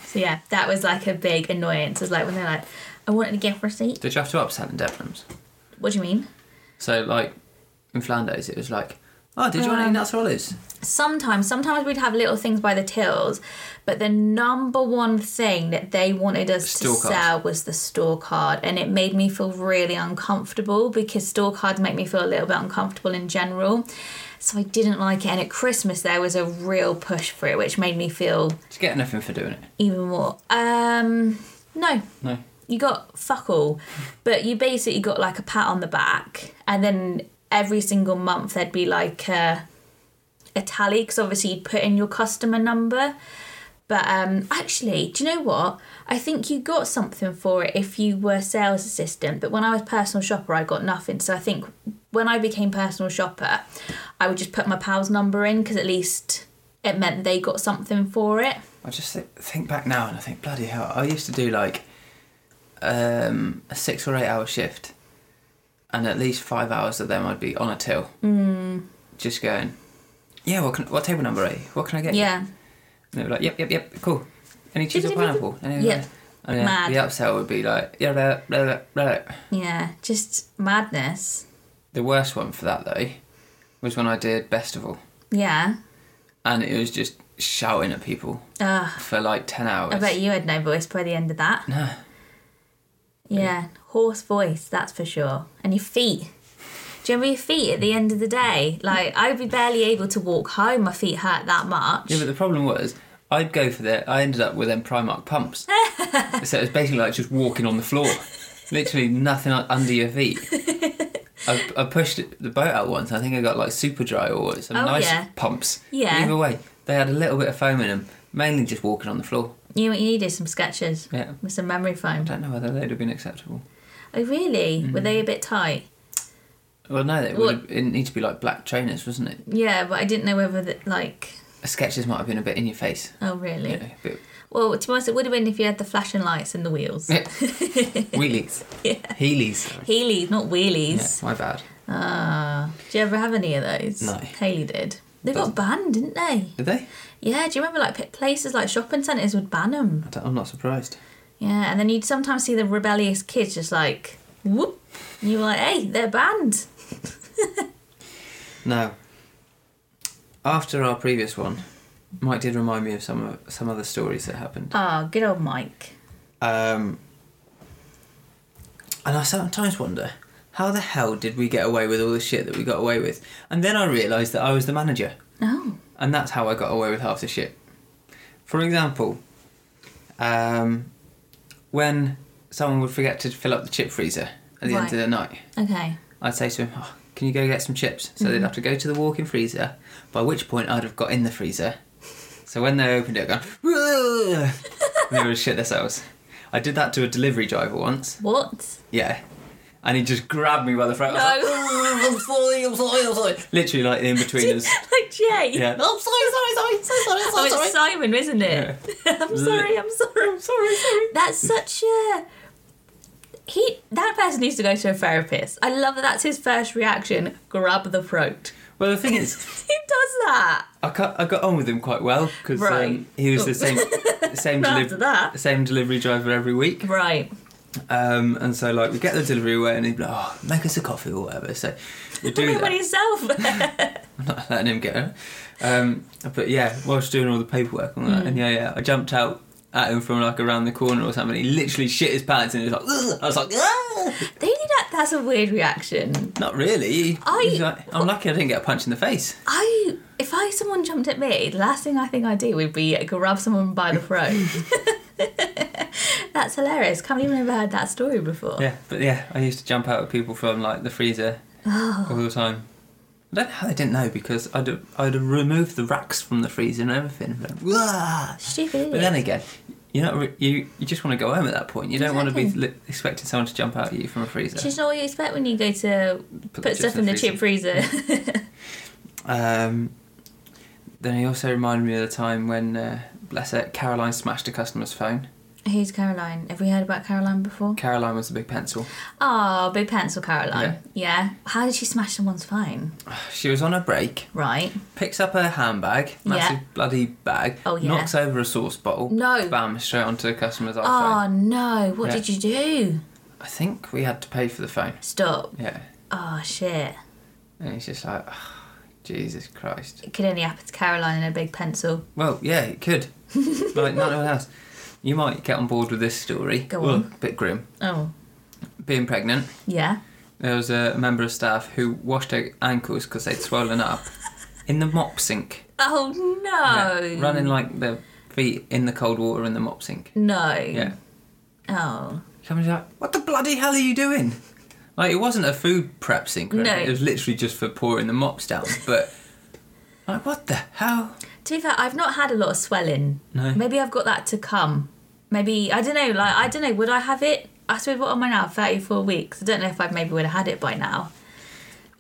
Speaker 2: So yeah, that was like a big annoyance. It was like when they're like, I wanted a gift receipt.
Speaker 1: Did you have to upsell in Debenhams?
Speaker 2: What do you mean?
Speaker 1: So, like, in Flanders, it was like, oh, did you want any nuts or olives?
Speaker 2: sometimes sometimes we'd have little things by the tills but the number one thing that they wanted us
Speaker 1: Store
Speaker 2: to
Speaker 1: card.
Speaker 2: sell was the store card and it made me feel really uncomfortable because store cards make me feel a little bit uncomfortable in general so i didn't like it and at christmas there was a real push for it which made me feel
Speaker 1: Did you get nothing for doing it?
Speaker 2: even more um no
Speaker 1: No.
Speaker 2: you got fuck all, but you basically got like a pat on the back, and then every single month there'd be like a, a tally because obviously you'd put in your customer number. But um, actually, do you know what? I think you got something for it if you were sales assistant. But when I was personal shopper, I got nothing. So I think when I became personal shopper, I would just put my pal's number in because at least it meant they got something for it.
Speaker 1: I just think, think back now and I think, bloody hell, I used to do like um, a six or eight hour shift, and at least five hours of them I'd be on a till. Hmm. Just going, yeah, what, can, what table number are you? What can I get you?"
Speaker 2: Yeah.
Speaker 1: And they were like, yep, yep, yep, cool. Any cheese or
Speaker 2: Did we- did we-
Speaker 1: pineapple? Any of
Speaker 2: Yep.
Speaker 1: that? And then
Speaker 2: Mad.
Speaker 1: the upsell would be like, yeah, blah, blah, blah, blah, blah.
Speaker 2: Yeah. Just madness.
Speaker 1: The worst one for that, though, was when I did Festival.
Speaker 2: Yeah.
Speaker 1: And it was just shouting at people
Speaker 2: Ugh,
Speaker 1: for like 10 hours.
Speaker 2: Ah. I bet you had no voice by the end of that. No. Yeah, hoarse voice, that's for sure. And your feet. Do you remember your feet at the end of the day? Like, I'd be barely able to walk home. My feet hurt that much.
Speaker 1: Yeah, but the problem was, I'd go for that. I ended up with them Primark pumps. so it was basically like just walking on the floor. Literally nothing u- under your feet. I, I pushed the boat out once. I think I got like super dry or some
Speaker 2: Oh,
Speaker 1: nice
Speaker 2: yeah.
Speaker 1: pumps.
Speaker 2: Yeah.
Speaker 1: Either way, they had a little bit of foam in them, mainly just walking on the floor.
Speaker 2: You know what you needed? Some sketches
Speaker 1: Yeah. Mm-hmm.
Speaker 2: with some memory foam.
Speaker 1: I don't know whether they'd have been acceptable.
Speaker 2: Oh, really? Were they a bit tight?
Speaker 1: Well, no, it,
Speaker 2: Well-
Speaker 1: would have, it need to be like black trainers, wasn't it?
Speaker 2: Yeah, but I didn't know whether that like.
Speaker 1: Sketches might have been a bit in your face.
Speaker 2: Oh really?
Speaker 1: You know, a bit
Speaker 2: Well, to be honest, it would have been if you had the flashing lights and the wheels.
Speaker 1: Yeah. wheelies.
Speaker 2: Yeah.
Speaker 1: Heelys. sorry.
Speaker 2: Heelys, not
Speaker 1: Yeah,
Speaker 2: wheelies.
Speaker 1: my bad.
Speaker 2: Ah, do you ever have any of those?
Speaker 1: No.
Speaker 2: Haley did. They got
Speaker 1: Doesn't-
Speaker 2: banned, didn't they?
Speaker 1: Did they?
Speaker 2: Yeah. Do you remember like p- places like shopping centres would ban them?
Speaker 1: I don't, I'm not surprised.
Speaker 2: Yeah, and then you'd sometimes see the rebellious kids just like whoop. And you were like, hey, they're banned.
Speaker 1: Now, after our previous one, Mike did remind me of some of, some other stories that happened.
Speaker 2: Ah, good old Mike.
Speaker 1: Um, and I sometimes wonder how the hell did we get away with all the shit that we got away with? And then I realised that I was the manager,
Speaker 2: Oh.
Speaker 1: and that's how I got away with half the shit. For example, um, when someone would forget to fill up the chip freezer at the end
Speaker 2: Right.
Speaker 1: of the night,
Speaker 2: Okay.
Speaker 1: I'd say to him, oh, "Can you go get some chips?" So they'd have to go to the walk-in freezer. By which point, I'd have got in the freezer. So when they opened it, going, "Ugh," and they would shit themselves. I did that to a delivery driver once.
Speaker 2: What?
Speaker 1: Yeah, and he just grabbed me by the throat. I was
Speaker 2: No.
Speaker 1: like, "Oh, I'm sorry, I'm sorry, I'm sorry. Literally, like in between us.
Speaker 2: like Jay.
Speaker 1: Yeah, "No, I'm Oh, sorry, sorry, sorry, so
Speaker 2: Oh,
Speaker 1: sorry, so sorry.
Speaker 2: it's Simon, isn't it? I'm sorry, I'm sorry, I'm sorry, sorry. That's such a he. That person needs to go to a therapist. I love that. That's his first reaction. Grab the throat.
Speaker 1: Well, the thing is,
Speaker 2: Who does that?
Speaker 1: I got, I got on with him quite well because
Speaker 2: Right.
Speaker 1: um, he was the same same,
Speaker 2: After
Speaker 1: deliv-
Speaker 2: that.
Speaker 1: same delivery driver every week.
Speaker 2: Right.
Speaker 1: Um, and so like we get the delivery away and he'd be like, oh, make us a coffee or whatever. So we do
Speaker 2: Everybody
Speaker 1: that.
Speaker 2: yourself.
Speaker 1: I'm not letting him get it. Um, but yeah, whilst doing all the paperwork and all that, and yeah, yeah, I jumped out at him from like around the corner or something. He literally shit his pants and he was like, Ugh! I was like, ah!
Speaker 2: they do that. That's a weird reaction.
Speaker 1: not really.
Speaker 2: I-
Speaker 1: He's like, I'm lucky I didn't get a punch in the face.
Speaker 2: I. If I someone jumped at me, the last thing I think I'd do would be grab someone by the throat. That's hilarious. Can't believe I've never heard that story before.
Speaker 1: Yeah, but yeah, I used to jump out at people from like the freezer all the time. I don't know how they didn't know because I'd have, I'd have removed the racks from the freezer and everything. Like, "Ugh!"
Speaker 2: Stupid.
Speaker 1: But then again, you're not re- you you just want to go home at that point. You don't want to
Speaker 2: Exactly.
Speaker 1: be li- expecting someone to jump out at you from a freezer.
Speaker 2: She's not what you expect when you go to put,
Speaker 1: the chips
Speaker 2: stuff in the chip freezer.
Speaker 1: Um, then he also reminded me of the time when uh, bless her, Caroline smashed a customer's phone.
Speaker 2: Who's Caroline? Have we heard about Caroline before?
Speaker 1: Caroline was the big pencil.
Speaker 2: Oh, Big Pencil Caroline. Yeah. How did she smash someone's phone?
Speaker 1: She was on a break,
Speaker 2: Right.
Speaker 1: picks up her handbag, massive
Speaker 2: Yeah.
Speaker 1: bloody bag,
Speaker 2: Oh, yeah.
Speaker 1: knocks over a sauce bottle,
Speaker 2: No.
Speaker 1: bam, straight onto the customer's iPhone.
Speaker 2: Oh no! What
Speaker 1: Yeah.
Speaker 2: did you do?
Speaker 1: I think we had to pay for the phone.
Speaker 2: Stop.
Speaker 1: Yeah,
Speaker 2: Oh shit!
Speaker 1: and he's just like, "Oh, Jesus Christ.
Speaker 2: It could only happen to Caroline in a big pencil.
Speaker 1: Well, yeah, it could. like none of us. You might get on board with this story.
Speaker 2: Go
Speaker 1: Well,
Speaker 2: on.
Speaker 1: bit grim.
Speaker 2: Oh
Speaker 1: Being pregnant,
Speaker 2: yeah.
Speaker 1: there was a member of staff who washed their ankles because they'd swollen up in the mop sink.
Speaker 2: Oh no!
Speaker 1: Yeah, running like their feet in the cold water in the mop sink.
Speaker 2: No.
Speaker 1: Yeah.
Speaker 2: Oh
Speaker 1: Comes out. What the bloody hell are you doing? Like it wasn't a food prep sink. or
Speaker 2: No.
Speaker 1: anything, It was literally just for pouring the mops down. But like, what the hell?
Speaker 2: To be fair, I've not had a lot of swelling.
Speaker 1: No.
Speaker 2: Maybe I've got that to come. Maybe I don't know. Like I don't know. Would I have it? I suppose what am I now? Thirty-four weeks. I don't know if I maybe would have had it by now.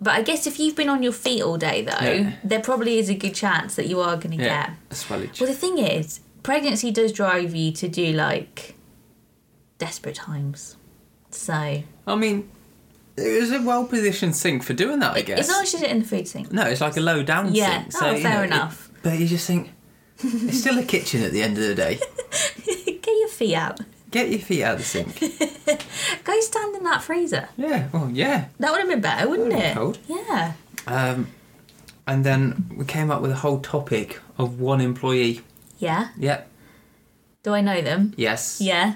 Speaker 2: But I guess if you've been on your feet all day though,
Speaker 1: Yeah.
Speaker 2: there probably is a good chance that you are going to get.
Speaker 1: A swellage.
Speaker 2: Well, the thing is, pregnancy does drive you to do like desperate times. So
Speaker 1: I mean, it was a well-positioned sink for doing that. I guess.
Speaker 2: as long as you did it in the food sink.
Speaker 1: No, it's like a low down
Speaker 2: Yeah.
Speaker 1: sink.
Speaker 2: Oh,
Speaker 1: you
Speaker 2: fair
Speaker 1: know, it-
Speaker 2: enough.
Speaker 1: but you just think it's still a kitchen at the end of the day.
Speaker 2: Get your feet out.
Speaker 1: Get your feet out of the sink.
Speaker 2: Go stand in that freezer.
Speaker 1: Yeah, well, yeah.
Speaker 2: That would have been better, wouldn't
Speaker 1: That'd
Speaker 2: it?
Speaker 1: be cold.
Speaker 2: Yeah.
Speaker 1: Um, and then we came up with a whole topic of one employee.
Speaker 2: Yeah.
Speaker 1: Yep.
Speaker 2: Do I know them?
Speaker 1: Yes.
Speaker 2: Yeah.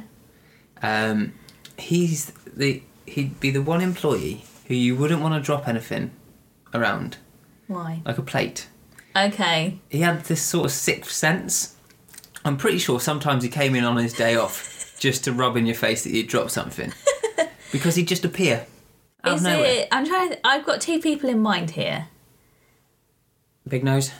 Speaker 1: Um, he's the he'd be the one employee who you wouldn't want to drop anything around,
Speaker 2: Why?
Speaker 1: like a plate.
Speaker 2: Okay.
Speaker 1: he had this sort of sixth sense. I'm pretty sure sometimes he came in on his day off just to rub in your face that you'd dropped something. because he'd just appear out
Speaker 2: Is
Speaker 1: of nowhere.
Speaker 2: it? I'm trying. To, I've got two people in mind here.
Speaker 1: Big nose,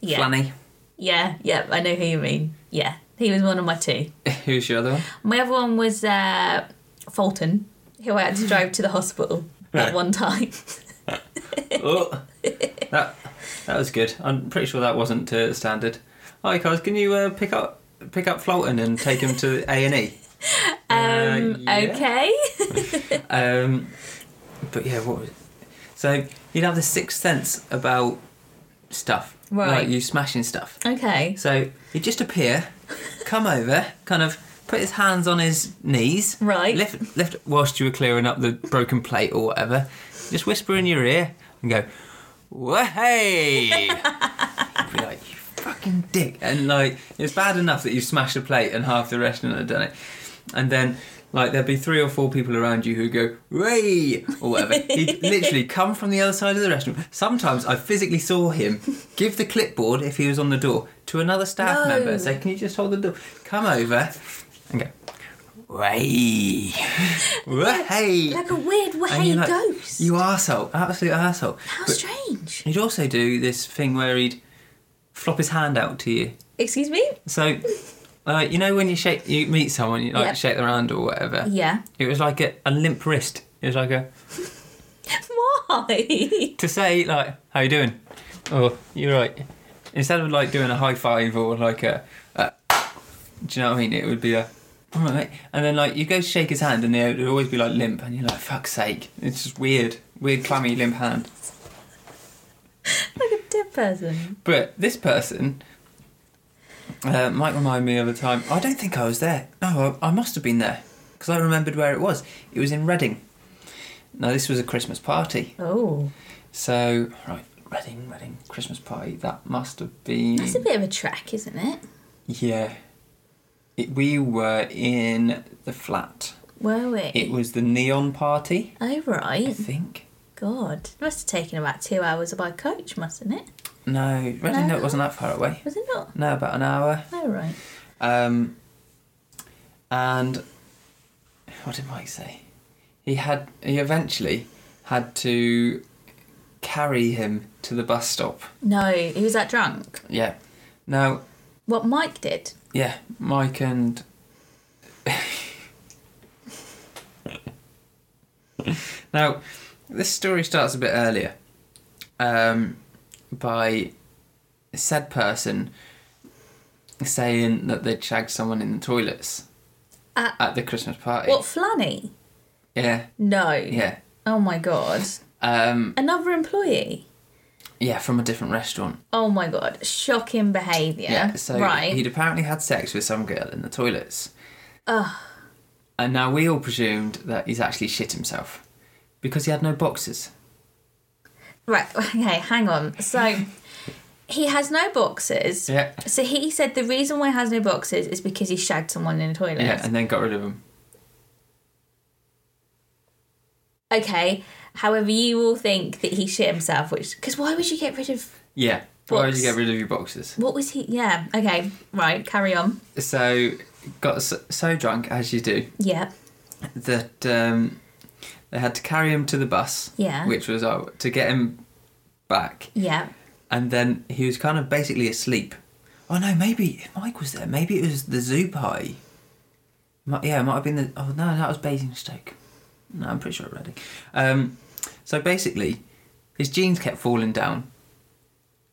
Speaker 2: Yeah.
Speaker 1: Flanny.
Speaker 2: Yeah. Yeah. I know who you mean. Yeah. He was one of my two.
Speaker 1: Who's your other one?
Speaker 2: My other one was uh, Fulton, who I had to drive to the hospital
Speaker 1: Right.
Speaker 2: at one time.
Speaker 1: oh, that that was good. I'm pretty sure that wasn't uh, standard. Hi, Cos, can you uh, pick up pick up Flolton and take him to A and E? Uh,
Speaker 2: Um, Okay.
Speaker 1: Um, but yeah, what? Was So you'd have the sixth sense about stuff,
Speaker 2: Right.
Speaker 1: Like you smashing stuff.
Speaker 2: Okay.
Speaker 1: So he'd just appear, come over, kind of put his hands on his knees,
Speaker 2: Right.
Speaker 1: Lift, lift whilst you were clearing up the broken plate or whatever. Just whisper in your ear and go, "Hey!" be like, "You fucking dick!" And like, it's bad enough that you smashed a plate and half the restaurant had done it, and then. Like there'd be three or four people around you who go way or whatever. He'd literally come from the other side of the restaurant. Sometimes I physically saw him give the clipboard if he was on the door to another staff
Speaker 2: No.
Speaker 1: member and say, "Can you just hold the door? Come over and go." Way, way,
Speaker 2: Like a weird
Speaker 1: And
Speaker 2: way
Speaker 1: you're like,
Speaker 2: ghost.
Speaker 1: You arsehole, absolute arsehole.
Speaker 2: How
Speaker 1: But
Speaker 2: strange.
Speaker 1: he'd also do this thing where he'd flop his hand out to you.
Speaker 2: Excuse me?
Speaker 1: So, uh, you know when you shake, you meet someone, you like
Speaker 2: Yeah.
Speaker 1: shake their hand or whatever.
Speaker 2: Yeah.
Speaker 1: It was like a, a limp wrist. It was like a
Speaker 2: Why?
Speaker 1: to say like, "How you doing?" Or "You're right." Instead of like doing a high five or like a, a do you know what I mean? It would be a. "All right, mate." And then, like, you go to shake his hand, and it would always be like limp, and you're like, "Fuck's sake!" It's just weird, weird, clammy, limp hand.
Speaker 2: Like a dead person.
Speaker 1: But this person uh, might remind me of a time. I don't think I was there. No, I, I must have been there because I remembered where it was. It was in Reading. Now this was a Christmas party.
Speaker 2: Oh.
Speaker 1: So right, Reading, Reading, Christmas party. That must have been.
Speaker 2: That's a bit of a track, isn't it?
Speaker 1: Yeah. It, we were in the flat.
Speaker 2: Were we?
Speaker 1: It was the neon party,
Speaker 2: Oh,
Speaker 1: I
Speaker 2: right.
Speaker 1: think.
Speaker 2: God. Must have taken about two hours by coach, mustn't it?
Speaker 1: No, Reading.
Speaker 2: No.
Speaker 1: No, it wasn't that far away.
Speaker 2: Was it not?
Speaker 1: No, about an hour.
Speaker 2: Oh, right.
Speaker 1: Um, and what did Mike say? He had he eventually had to carry him to the bus stop.
Speaker 2: No, he was that drunk.
Speaker 1: Yeah. Now,
Speaker 2: What Mike did.
Speaker 1: yeah, Mike and now this story starts a bit earlier um, by said person saying that they'd shagged someone in the toilets
Speaker 2: At-
Speaker 1: at the Christmas party.
Speaker 2: What, Flanny?
Speaker 1: Yeah,
Speaker 2: No.
Speaker 1: yeah.
Speaker 2: Oh, my God.
Speaker 1: Um,
Speaker 2: Another employee.
Speaker 1: yeah, from a different restaurant.
Speaker 2: Oh, my God. Shocking behaviour.
Speaker 1: so
Speaker 2: right.
Speaker 1: he'd apparently had sex with some girl in the toilets. Ugh. And now we all presumed that he's actually shit himself because he had no boxes.
Speaker 2: Right, okay, hang on. So he has no boxes.
Speaker 1: Yeah.
Speaker 2: So he said the reason why he has no boxes is because he shagged someone in a toilet.
Speaker 1: Yeah, and then got rid of him.
Speaker 2: Okay. However, you all think that he shit himself, which because why would you get rid of
Speaker 1: Yeah. Why would
Speaker 2: Box.
Speaker 1: you get rid of your boxes?
Speaker 2: what was he? Yeah. Okay. Right. Carry on.
Speaker 1: So got so, so drunk as you do
Speaker 2: Yeah.
Speaker 1: that um, they had to carry him to the bus.
Speaker 2: Yeah.
Speaker 1: Which was uh, to get him back,
Speaker 2: Yeah.
Speaker 1: and then he was kind of basically asleep. Oh no, maybe if Mike was there. Maybe it was the zoo party. Might, yeah, it might have been the. Oh no, that was Basingstoke. No, I'm pretty sure it was Reading. Um, so basically, his jeans kept falling down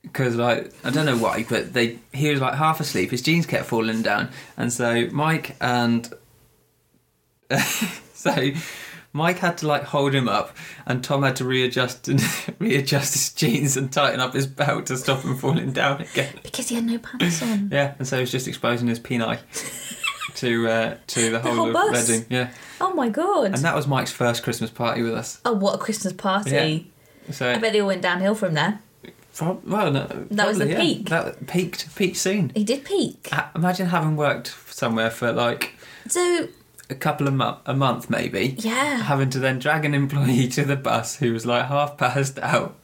Speaker 1: because like I don't know why, but they he was like half asleep. His jeans kept falling down, and so Mike and so Mike had to like hold him up, and Tom had to readjust and readjust his jeans and tighten up his belt to stop him falling down again.
Speaker 2: Because he had no pants on.
Speaker 1: Yeah, and so he was just exposing his penile to uh, to the whole,
Speaker 2: whole
Speaker 1: of
Speaker 2: bus.
Speaker 1: Reading. Yeah,
Speaker 2: Oh my god.
Speaker 1: and that was Mike's first Christmas party with us.
Speaker 2: oh, what a Christmas party!
Speaker 1: So
Speaker 2: I bet they all went downhill from there.
Speaker 1: prob- well, no,
Speaker 2: That was the
Speaker 1: probably, yeah.
Speaker 2: peak.
Speaker 1: That peaked peaked soon.
Speaker 2: He did peak.
Speaker 1: Ha- Uh, Imagine having worked somewhere for like
Speaker 2: So
Speaker 1: a couple of month, a month maybe.
Speaker 2: Yeah.
Speaker 1: Having to then drag an employee to the bus who was like half passed out,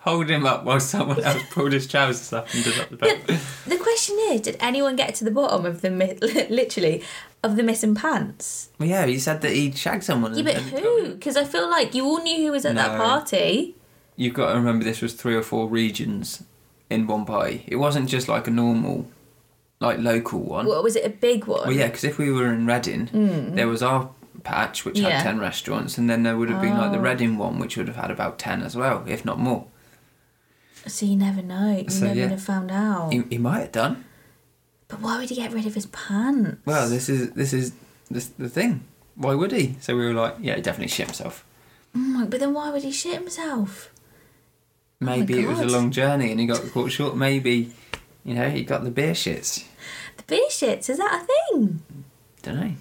Speaker 1: hold him up while someone else pulled his trousers up and did up the
Speaker 2: But
Speaker 1: belt.
Speaker 2: the question is, did anyone get to the bottom of the mi- literally of the missing pants?
Speaker 1: Well, yeah, he said that he'd shagged someone.
Speaker 2: Yeah,
Speaker 1: and-
Speaker 2: but
Speaker 1: and-
Speaker 2: who? Because I feel like you all knew who was at that
Speaker 1: No.
Speaker 2: party.
Speaker 1: You've got to remember this was three or four regions in one party. It wasn't just like a normal, like local one.
Speaker 2: What was it? A big one?
Speaker 1: Well, yeah, because if we were in Reading, there was our patch, which
Speaker 2: Mm. Yeah. Oh.
Speaker 1: had 10 restaurants, and then there would have been like the Reading one, which would have had about 10 as well, if not more.
Speaker 2: So you never know. You
Speaker 1: So,
Speaker 2: never
Speaker 1: yeah.
Speaker 2: would have found out.
Speaker 1: He, he might have done.
Speaker 2: But why would he get rid of his pants?
Speaker 1: Well, this is this is this, the thing. Why would he? So we were like, yeah, he definitely shit himself.
Speaker 2: Oh my- but then why would he shit himself?
Speaker 1: Maybe it was a
Speaker 2: Oh God.
Speaker 1: long journey and he got caught short. Maybe, you know, he got the beer shits.
Speaker 2: The beer shits, is that a thing?
Speaker 1: Don't know.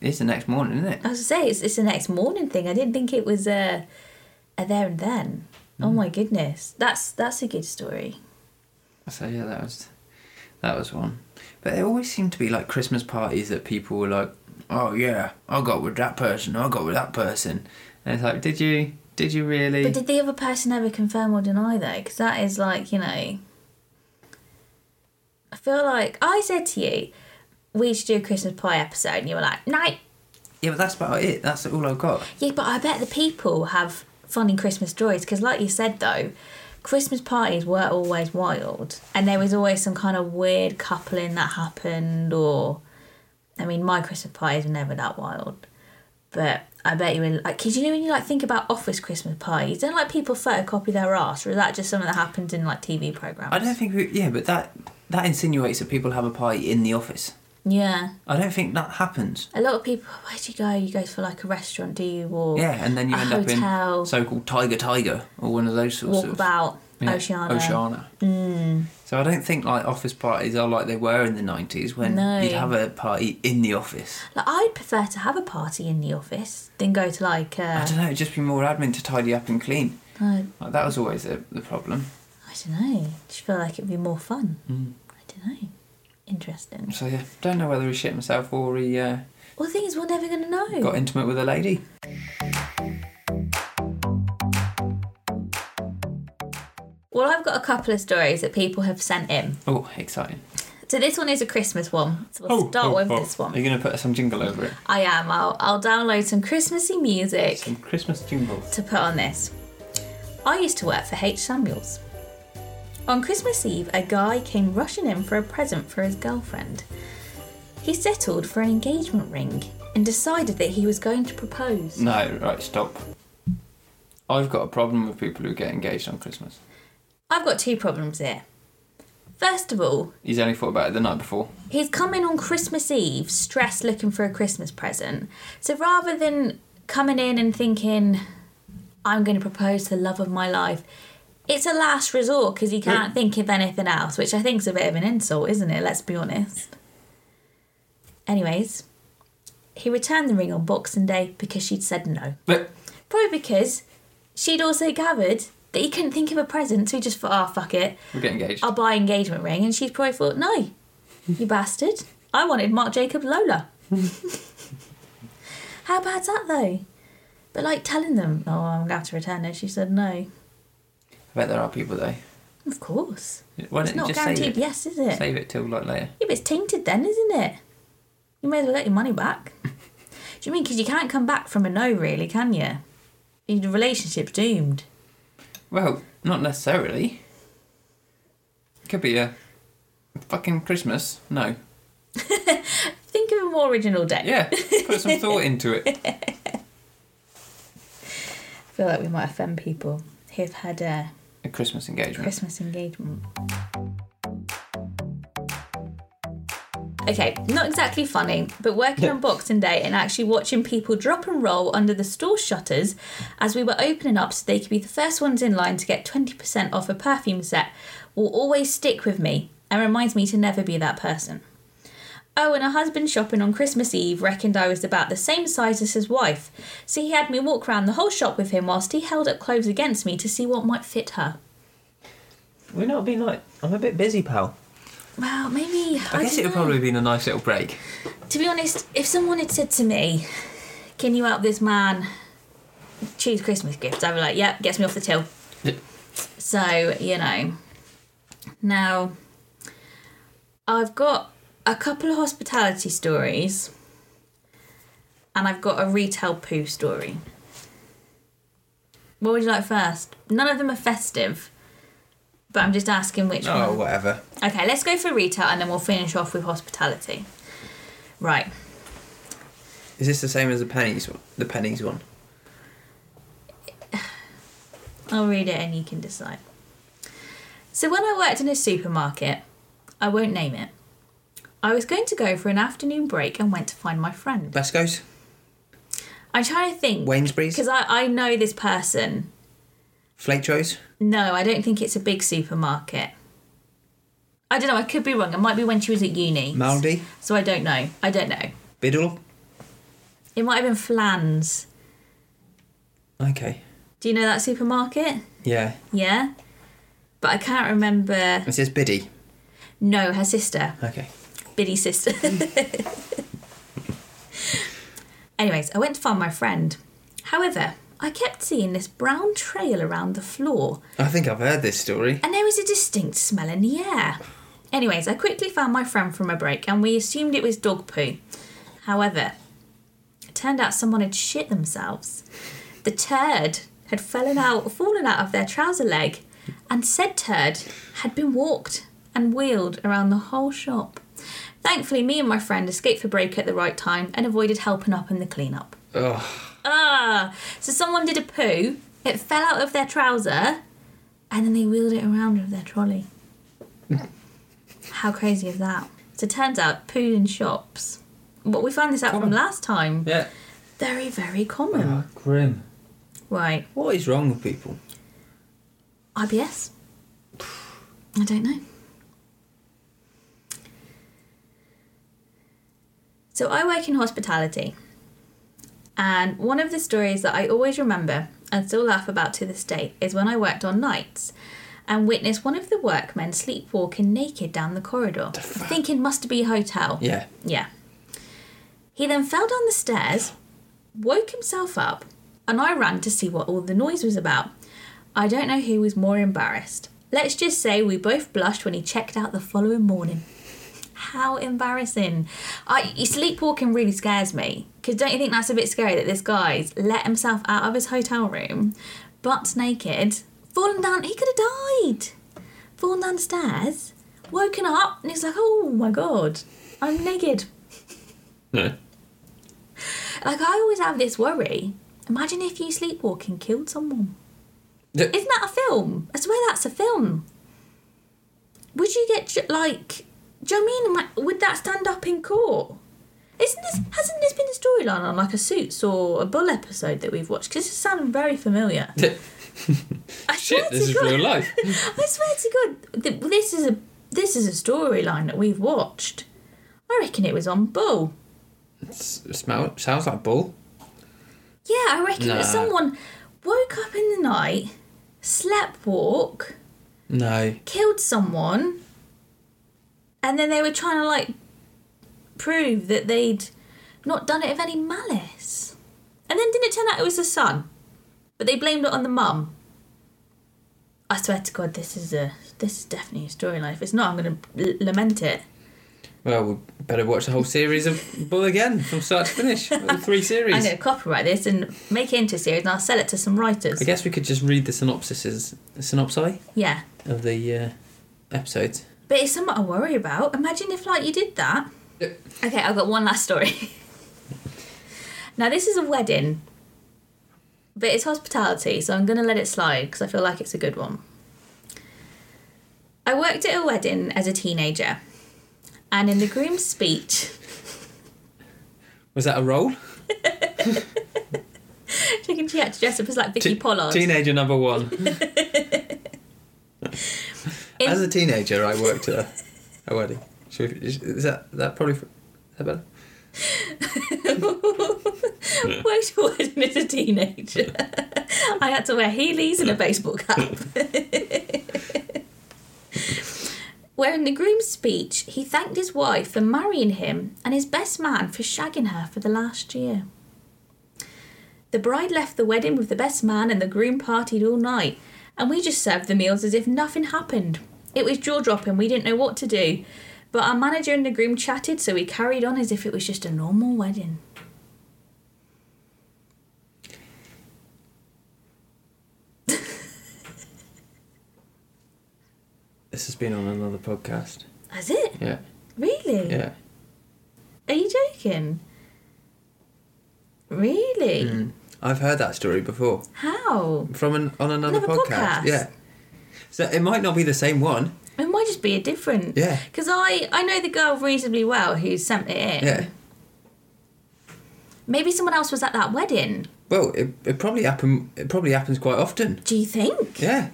Speaker 1: It's the next morning, isn't it?
Speaker 2: I was to say, it's, it's the next morning thing. I didn't think it was uh, a there and then.
Speaker 1: Mm.
Speaker 2: Oh my goodness. That's that's a good story.
Speaker 1: So yeah, that was that was one. But there always seemed to be like Christmas parties that people were like, "Oh yeah, I got with that person. I got with that person." And it's like, did you? Did you really?
Speaker 2: But did the other person ever confirm or deny though? Because that is like you know. I feel like I said to you, we should do a Christmas pie episode, and you were like, "No,
Speaker 1: yeah, but that's about it. That's all I've got.
Speaker 2: yeah." But I bet the people have funny Christmas stories because, like you said though, Christmas parties were always wild, and there was always some kind of weird coupling that happened. Or, I mean, my Christmas parties were never that wild, but. I bet you were like, because you know when you like think about office Christmas parties, don't like people photocopy their ass, or is that just something that happens in like TV programs?
Speaker 1: I don't think. We, yeah, but that that insinuates that people have a party in the office.
Speaker 2: Yeah,
Speaker 1: I don't think that happens.
Speaker 2: a lot of people. Where do you go? You go for like a restaurant, do you? Or
Speaker 1: Yeah, and then you
Speaker 2: A
Speaker 1: end up in
Speaker 2: hotel.
Speaker 1: so-called Tiger Tiger or one of those sorts
Speaker 2: walk
Speaker 1: of
Speaker 2: about
Speaker 1: Yeah,
Speaker 2: Oceania. Mm.
Speaker 1: Oceana. So I don't think like office parties are like they were in the nineties when
Speaker 2: No.
Speaker 1: you'd have a party in the office.
Speaker 2: Like I'd prefer to have a party in the office than go to like.
Speaker 1: I
Speaker 2: Uh,
Speaker 1: don't know, it'd just be more admin to tidy up and clean.
Speaker 2: I,
Speaker 1: Like, that was always the, the problem.
Speaker 2: I don't know. Just feel like it'd be more fun.
Speaker 1: Mm.
Speaker 2: I don't know. Interesting.
Speaker 1: So yeah, don't know whether he shit himself or he uh,
Speaker 2: Well, the thing is, we're never gonna know.
Speaker 1: got intimate with a lady.
Speaker 2: Well, I've got a couple of stories that people have sent in.
Speaker 1: Oh, exciting!
Speaker 2: So this one is a Christmas one. So we'll
Speaker 1: Oh,
Speaker 2: start with this
Speaker 1: Are
Speaker 2: one.
Speaker 1: you going to put some jingle over it?
Speaker 2: I am. I'll, I'll download some Christmassy music.
Speaker 1: Some Christmas jingles.
Speaker 2: to put on this. I used to work for H. Samuels. On Christmas Eve, a guy came rushing in for a present for his girlfriend. He settled for an engagement ring and decided that he was going to propose.
Speaker 1: No, right, stop. I've got a problem with people who get engaged on Christmas.
Speaker 2: I've got two problems here. First of all,
Speaker 1: He's only thought about it the night before.
Speaker 2: He's come in on Christmas Eve, stressed looking for a Christmas present. So rather than coming in and thinking, I'm going to propose to the love of my life, it's a last resort because he can't think of anything else, which I think is a bit of an insult, isn't it? Let's be honest. Anyways, he returned the ring on Boxing Day because she'd said no.
Speaker 1: But
Speaker 2: Probably because she'd also gathered that he couldn't think of a present, so he just thought, ah, fuck it.
Speaker 1: we get engaged.
Speaker 2: I'll buy engagement ring. And she's probably thought, no, you bastard. I wanted Mark Jacob Lola. How bad's that though? But like telling them, oh, I'm going to have to return it. She said no.
Speaker 1: I bet there are people though.
Speaker 2: Of course.
Speaker 1: Why don't
Speaker 2: It's
Speaker 1: you
Speaker 2: not
Speaker 1: just save
Speaker 2: guaranteed
Speaker 1: it?
Speaker 2: yes, is it?
Speaker 1: Save it till like later.
Speaker 2: Yeah, but it's tainted then, isn't it? You may as well get your money back. Do you mean? Because you can't come back from a no, really, can you? Your relationship's doomed.
Speaker 1: Well, not necessarily. Could be a fucking Christmas. No.
Speaker 2: Think of a more original day.
Speaker 1: Yeah. Put some thought into it.
Speaker 2: I feel like we might offend people who've had uh, a
Speaker 1: A Christmas engagement.
Speaker 2: Christmas engagement. Okay, not exactly funny, but working on Boxing Day and actually watching people drop and roll under the store shutters as we were opening up so they could be the first ones in line to get 20% off a perfume set will always stick with me and reminds me to never be that person. Oh, and her husband shopping on Christmas Eve reckoned I was about the same size as his wife, so he had me walk around the whole shop with him whilst he held up clothes against me to see what might fit her.
Speaker 1: We're not being like. I'm a bit busy, pal.
Speaker 2: Well, maybe.
Speaker 1: I, guess it would probably have been a nice little break.
Speaker 2: To be honest, if someone had said to me, "Can you help this man choose Christmas gifts?" I'd be like, "Yep, gets me off the till."
Speaker 1: Yeah.
Speaker 2: So you know. Now, I've got a couple of hospitality stories, and I've got a retail poo story. What would you like first? None of them are festive, but I'm just asking which one.
Speaker 1: Oh, whatever.
Speaker 2: Okay, let's go for retail and then we'll finish off with hospitality. Right.
Speaker 1: Is this the same as the pennies one? The pennies one.
Speaker 2: I'll read it and you can decide. So, when I worked in a supermarket, I won't name it, I was going to go for an afternoon break and went to find my friend.
Speaker 1: Tesco's,
Speaker 2: I'm trying to think.
Speaker 1: Wainsbury's,
Speaker 2: Because I, I know this person.
Speaker 1: Flatro's.
Speaker 2: No, I don't think it's a big supermarket. I don't know, I could be wrong. It might be when she was at uni.
Speaker 1: Maldi,
Speaker 2: So, I don't know. I don't know.
Speaker 1: Biddle.
Speaker 2: It might have been Flans.
Speaker 1: Okay.
Speaker 2: Do you know that supermarket?
Speaker 1: Yeah.
Speaker 2: Yeah. But I can't remember.
Speaker 1: It says Biddy.
Speaker 2: No, her sister.
Speaker 1: Okay.
Speaker 2: Biddy sister. Anyways, I went to find my friend. However, I kept seeing this brown trail around the floor,
Speaker 1: I think I've heard this story.
Speaker 2: and there was a distinct smell in the air. Anyways, I quickly found my friend from a break, and we assumed it was dog poo. However, it turned out someone had shit themselves. The turd had fallen out, fallen out of their trouser leg, and said turd had been walked and wheeled around the whole shop. Thankfully, me and my friend escaped for break at the right time and avoided helping up in the cleanup.
Speaker 1: Oh,
Speaker 2: Ah! So someone did a poo, it fell out of their trouser, and then they wheeled it around with their trolley. How crazy is that? So it turns out poo in shops. But we found this out from
Speaker 1: Common.
Speaker 2: last time.
Speaker 1: yeah.
Speaker 2: Very, very common.
Speaker 1: Oh, grim.
Speaker 2: Right.
Speaker 1: What is wrong with people?
Speaker 2: IBS? I don't know. So I work in hospitality. And one of the stories that I always remember and still laugh about to this day is when I worked on nights and witnessed one of the workmen sleepwalking naked down the corridor, thinking must be a hotel.
Speaker 1: Yeah.
Speaker 2: Yeah. He then fell down the stairs, woke himself up, and I ran to see what all the noise was about. I don't know who was more embarrassed. Let's just say we both blushed when he checked out the following morning. How embarrassing. I you- sleepwalking really scares me. Cause don't you think that's a bit scary that this guy's let himself out of his hotel room, butt naked, fallen down he could have died fallen downstairs, woken up, and he's like, "Oh my god, I'm naked."
Speaker 1: No.
Speaker 2: Like I always have this worry. Imagine if you sleepwalking killed someone.
Speaker 1: Yeah.
Speaker 2: Isn't that a film? I swear that's a film. Would you get ju- like? Do you know what I mean? Like, would that stand up in court? Isn't this hasn't this been a storyline on like a Suits or a Bull episode that we've watched? Because it sounded very familiar. I swear
Speaker 1: Shit,
Speaker 2: to
Speaker 1: this is
Speaker 2: God.
Speaker 1: real life.
Speaker 2: I swear to God, th- this is a this is a storyline that we've watched. I reckon it was on Bull.
Speaker 1: S- smell sounds like bull.
Speaker 2: Yeah, I reckon
Speaker 1: Nah.
Speaker 2: that someone woke up in the night, slept walk,
Speaker 1: No.
Speaker 2: killed someone, and then they were trying to like prove that they'd not done it of any malice. And then didn't it turn out it was the son? But they blamed it on the mum. I swear to God, this is a this is definitely a storyline. If it's not, I'm going to l- lament it.
Speaker 1: Well, we better watch the whole series of Bull again from start to finish. the three series.
Speaker 2: I'm going to copyright this and make it into a series, and I'll sell it to some writers.
Speaker 1: I guess we could just read the synopsises, synopsi
Speaker 2: Yeah,
Speaker 1: of the uh, episodes.
Speaker 2: but it's something I worry about. Imagine if, like, you did that.
Speaker 1: Yeah.
Speaker 2: Okay, I've got one last story. now, this is a wedding, but it's hospitality, so I'm going to let it slide because I feel like it's a good one. I worked at a wedding as a teenager, and in the groom's speech,
Speaker 1: Was that a role?
Speaker 2: she had to dress up as like Vicky
Speaker 1: Te-
Speaker 2: Pollard.
Speaker 1: Teenager number one.
Speaker 2: In-
Speaker 1: As a teenager, I worked at a, a wedding. Should we- is is that that probably is that better?
Speaker 2: worked at a wedding as a teenager. I had to wear heelys and a baseball cap. Where in the groom's speech, he thanked his wife for marrying him and his best man for shagging her for the last year. The bride left the wedding with the best man and the groom partied all night, and we just served the meals as if nothing happened. It was jaw dropping, we didn't know what to do. But our manager and the groom chatted, so we carried on as if it was just a normal wedding.
Speaker 1: This has been on another podcast.
Speaker 2: That's it?
Speaker 1: Yeah,
Speaker 2: Really?
Speaker 1: yeah.
Speaker 2: Are you joking? Really?
Speaker 1: Hmm. I've heard that story before
Speaker 2: How?
Speaker 1: from an on another,
Speaker 2: Another podcast.
Speaker 1: Yeah. So it might not be the same one.
Speaker 2: It might just be a different.
Speaker 1: Yeah.
Speaker 2: Because I, I know the girl reasonably well who sent it in.
Speaker 1: Yeah.
Speaker 2: Maybe someone else was at that wedding.
Speaker 1: Well, it, it probably happen. It probably happens quite often.
Speaker 2: Do you think?
Speaker 1: Yeah.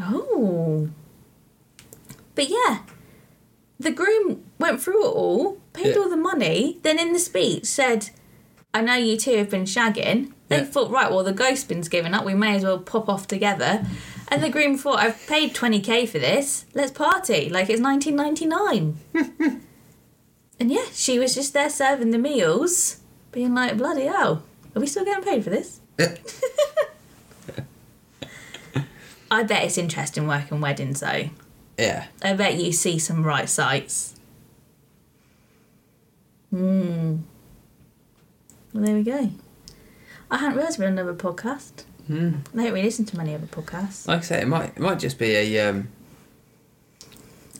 Speaker 2: Oh. But yeah, the groom went through it all, paid
Speaker 1: Yeah.
Speaker 2: all the money, then in the speech said, I know you two have been shagging. They
Speaker 1: Yeah.
Speaker 2: thought, right, well, the ghost bin's given up, we may as well pop off together. And the groom thought, I've paid 20k for this, let's party, like it's 1999. and yeah, she was just there serving the meals, being like, bloody hell, are we still getting paid for this?
Speaker 1: Yeah.
Speaker 2: I bet it's interesting working weddings though.
Speaker 1: Yeah.
Speaker 2: I bet you see some right sights. Hmm. Well, there we go. I hadn't realised we had another podcast. Hmm. I don't really listen to many other podcasts.
Speaker 1: Like I say, it might it might just be a um,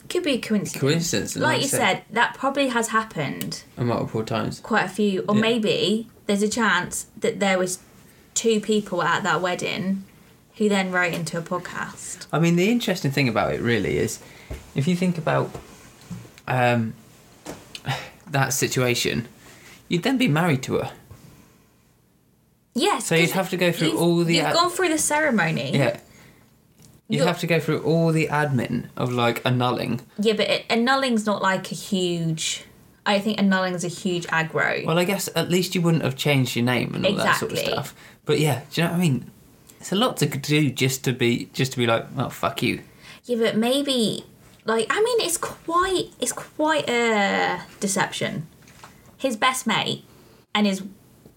Speaker 2: Could be a coincidence.
Speaker 1: coincidence. and
Speaker 2: like
Speaker 1: I
Speaker 2: you said, that probably has happened
Speaker 1: multiple times.
Speaker 2: quite a few, or
Speaker 1: Yeah.
Speaker 2: maybe there's a chance that there was two people at that wedding who then wrote into a podcast.
Speaker 1: I mean, the interesting thing about it really is, if you think about um, that situation, you'd then be married to her.
Speaker 2: Yes.
Speaker 1: So you'd
Speaker 2: 'cause
Speaker 1: have to go through
Speaker 2: you've-
Speaker 1: all the
Speaker 2: You've
Speaker 1: ad-
Speaker 2: gone through the ceremony.
Speaker 1: Yeah. You'd
Speaker 2: You're-
Speaker 1: have to go through all the admin of like annulling.
Speaker 2: Yeah, but it, annulling's not like a huge. I don't think annulling's a huge aggro.
Speaker 1: Well, I guess at least you wouldn't have changed your name and all that sort of
Speaker 2: Exactly.
Speaker 1: stuff. But yeah, do you know what I mean? It's a lot to do just to be just to be like, oh fuck you.
Speaker 2: yeah, but maybe like I mean, it's quite it's quite a deception. His best mate and his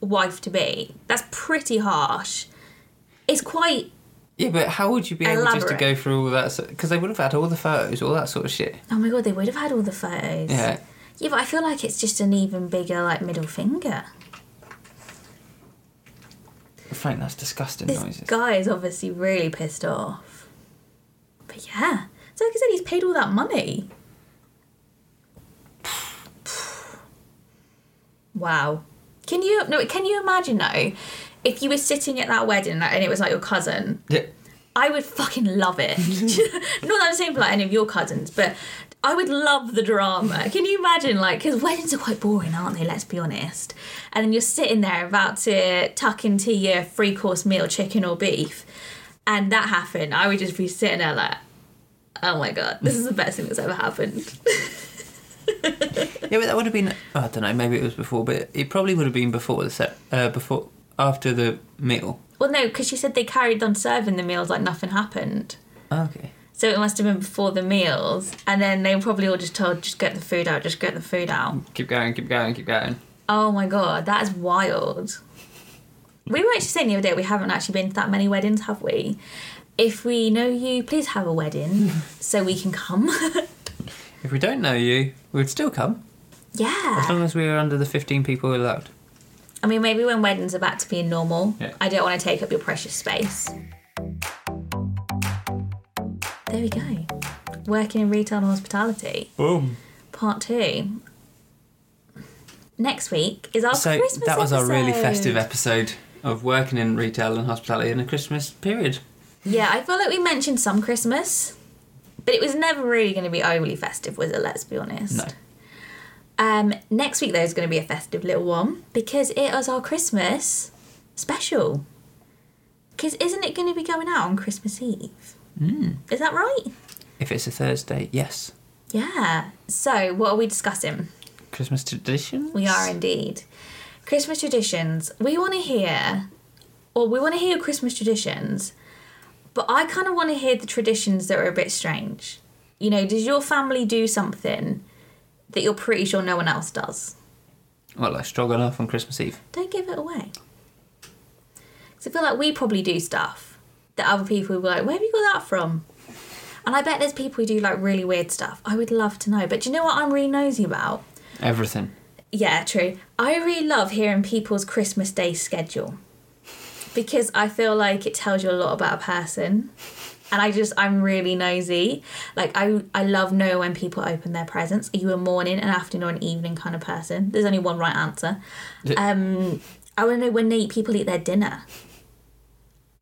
Speaker 2: wife to be. That's pretty harsh. It's quite.
Speaker 1: Yeah, but how would you be able just to
Speaker 2: Elaborate.
Speaker 1: go through all that? Because they would have had all the photos, all that sort of shit.
Speaker 2: Oh my god, they would have had all the photos.
Speaker 1: Yeah.
Speaker 2: Yeah, but I feel like it's just an even bigger like middle finger.
Speaker 1: Frank, that's disgusting
Speaker 2: This
Speaker 1: noises.
Speaker 2: guy is obviously really pissed off. But yeah, so like I said, he's paid all that money. wow. Can you no? Can you imagine though, if you were sitting at that wedding like, and it was like your cousin?
Speaker 1: Yeah.
Speaker 2: I would fucking love it. Not that I'm saying for like any of your cousins, but I would love the drama. Can you imagine? Like, because weddings are quite boring, aren't they? Let's be honest. And then you're sitting there about to tuck into your three course meal, chicken or beef, and that happened. I would just be sitting there like, oh my god, this is the best thing that's ever happened.
Speaker 1: Yeah, but that would have been. oh, I don't know. Maybe it was before, but it probably would have been before the set, uh, before after the meal.
Speaker 2: well, no, because she said they carried on serving the meals like nothing happened.
Speaker 1: Oh, Okay.
Speaker 2: So it must have been before the meals, and then they were probably all just told, just get the food out, just get the food out.
Speaker 1: Keep going. Keep going. Keep going.
Speaker 2: Oh my god, that is wild. We were actually saying the other day we haven't actually been to that many weddings, have we? If we know you, please have a wedding so we can come.
Speaker 1: If we don't know you, we'd still come as
Speaker 2: yeah.
Speaker 1: long as we were under the fifteen people allowed.
Speaker 2: I mean, maybe when weddings are back to being normal,
Speaker 1: Yeah.
Speaker 2: I don't want to take up your precious space. There we go. Working in retail and hospitality,
Speaker 1: Boom.
Speaker 2: part two. Next week is our
Speaker 1: So
Speaker 2: Oh, Christmas
Speaker 1: that was our really
Speaker 2: episode.
Speaker 1: festive episode of working in retail and hospitality in a Christmas period.
Speaker 2: Yeah, I feel like we mentioned some Christmas, but it was never really going to be overly festive, was it? Let's be honest.
Speaker 1: No.
Speaker 2: Um, next week though is going to be a festive little one because it is our Christmas special. Because isn't it going to be going out on Christmas Eve? Mm. Is that right?
Speaker 1: If it's a Thursday, yes.
Speaker 2: Yeah. So what are we discussing?
Speaker 1: Christmas tradition.
Speaker 2: We are indeed. Christmas traditions. We want to hear, or we want to hear Christmas traditions, but I kind of want to hear the traditions that are a bit strange. You know, does your family do something that you're pretty sure no one else does?
Speaker 1: Well, like stroganoff on Christmas Eve.
Speaker 2: Don't give it away. Because I feel like we probably do stuff that other people will be like, where have you got that from? And I bet there's people who do like really weird stuff. I would love to know. But do you know what I'm really nosy about?
Speaker 1: Everything.
Speaker 2: Yeah, true. I really love hearing people's Christmas Day schedule because I feel like it tells you a lot about a person. and I just I'm really nosy. Like I I love know when people open their presents. Are you a morning, an afternoon, or an evening kind of person? There's only one right answer. Um, I want to know when they, people eat their dinner.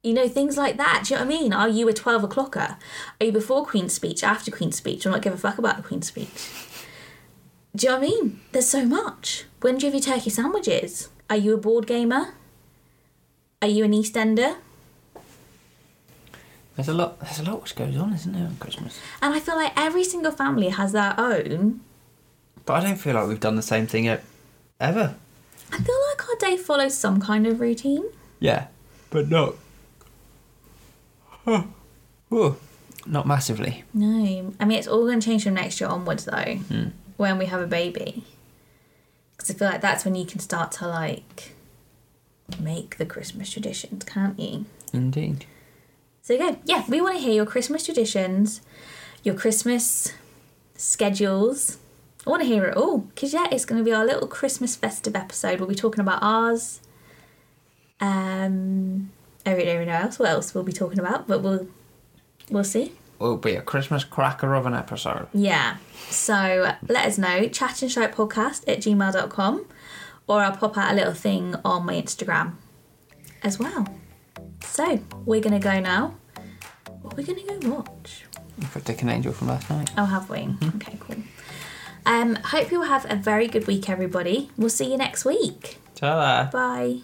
Speaker 2: You know things like that. Do you know what I mean? Are you a twelve o'clocker? Are you before Queen's speech? After Queen's speech? I'm not give a fuck about the Queen's speech. Do you know what I mean? There's so much. When do you have your turkey sandwiches? Are you a board gamer? Are you an EastEnder?
Speaker 1: There's a lot. There's a lot which goes on, isn't there, on Christmas?
Speaker 2: And I feel like every single family has their own.
Speaker 1: But I don't feel like we've done the same thing e- ever.
Speaker 2: I feel like our day follows some kind of routine.
Speaker 1: Yeah, but not. Huh. Whoa. Not massively.
Speaker 2: No. I mean, it's all going to change from next year onwards, though, when we have a baby. Because I feel like that's when you can start to, like, make the Christmas traditions, can't you?
Speaker 1: Indeed.
Speaker 2: So, good. Yeah, we want to hear your Christmas traditions, your Christmas schedules. I want to hear it all. Because, yeah, it's going to be our little Christmas festive episode. We'll be talking about ours. Um, I don't really know else what else we'll be talking about, but we'll we'll see.
Speaker 1: Will be a Oh, Christmas cracker of an episode.
Speaker 2: Yeah. So let us know, chat and shout podcast at gmail.com, or I'll pop out a little thing on my Instagram as well. So we're going to go now. What are we going to go watch?
Speaker 1: For Dick and Angel from last night.
Speaker 2: Oh, have we? Okay, cool. Um, hope you will have a very good week, everybody. We'll see you next week.
Speaker 1: Ta-da.
Speaker 2: Bye.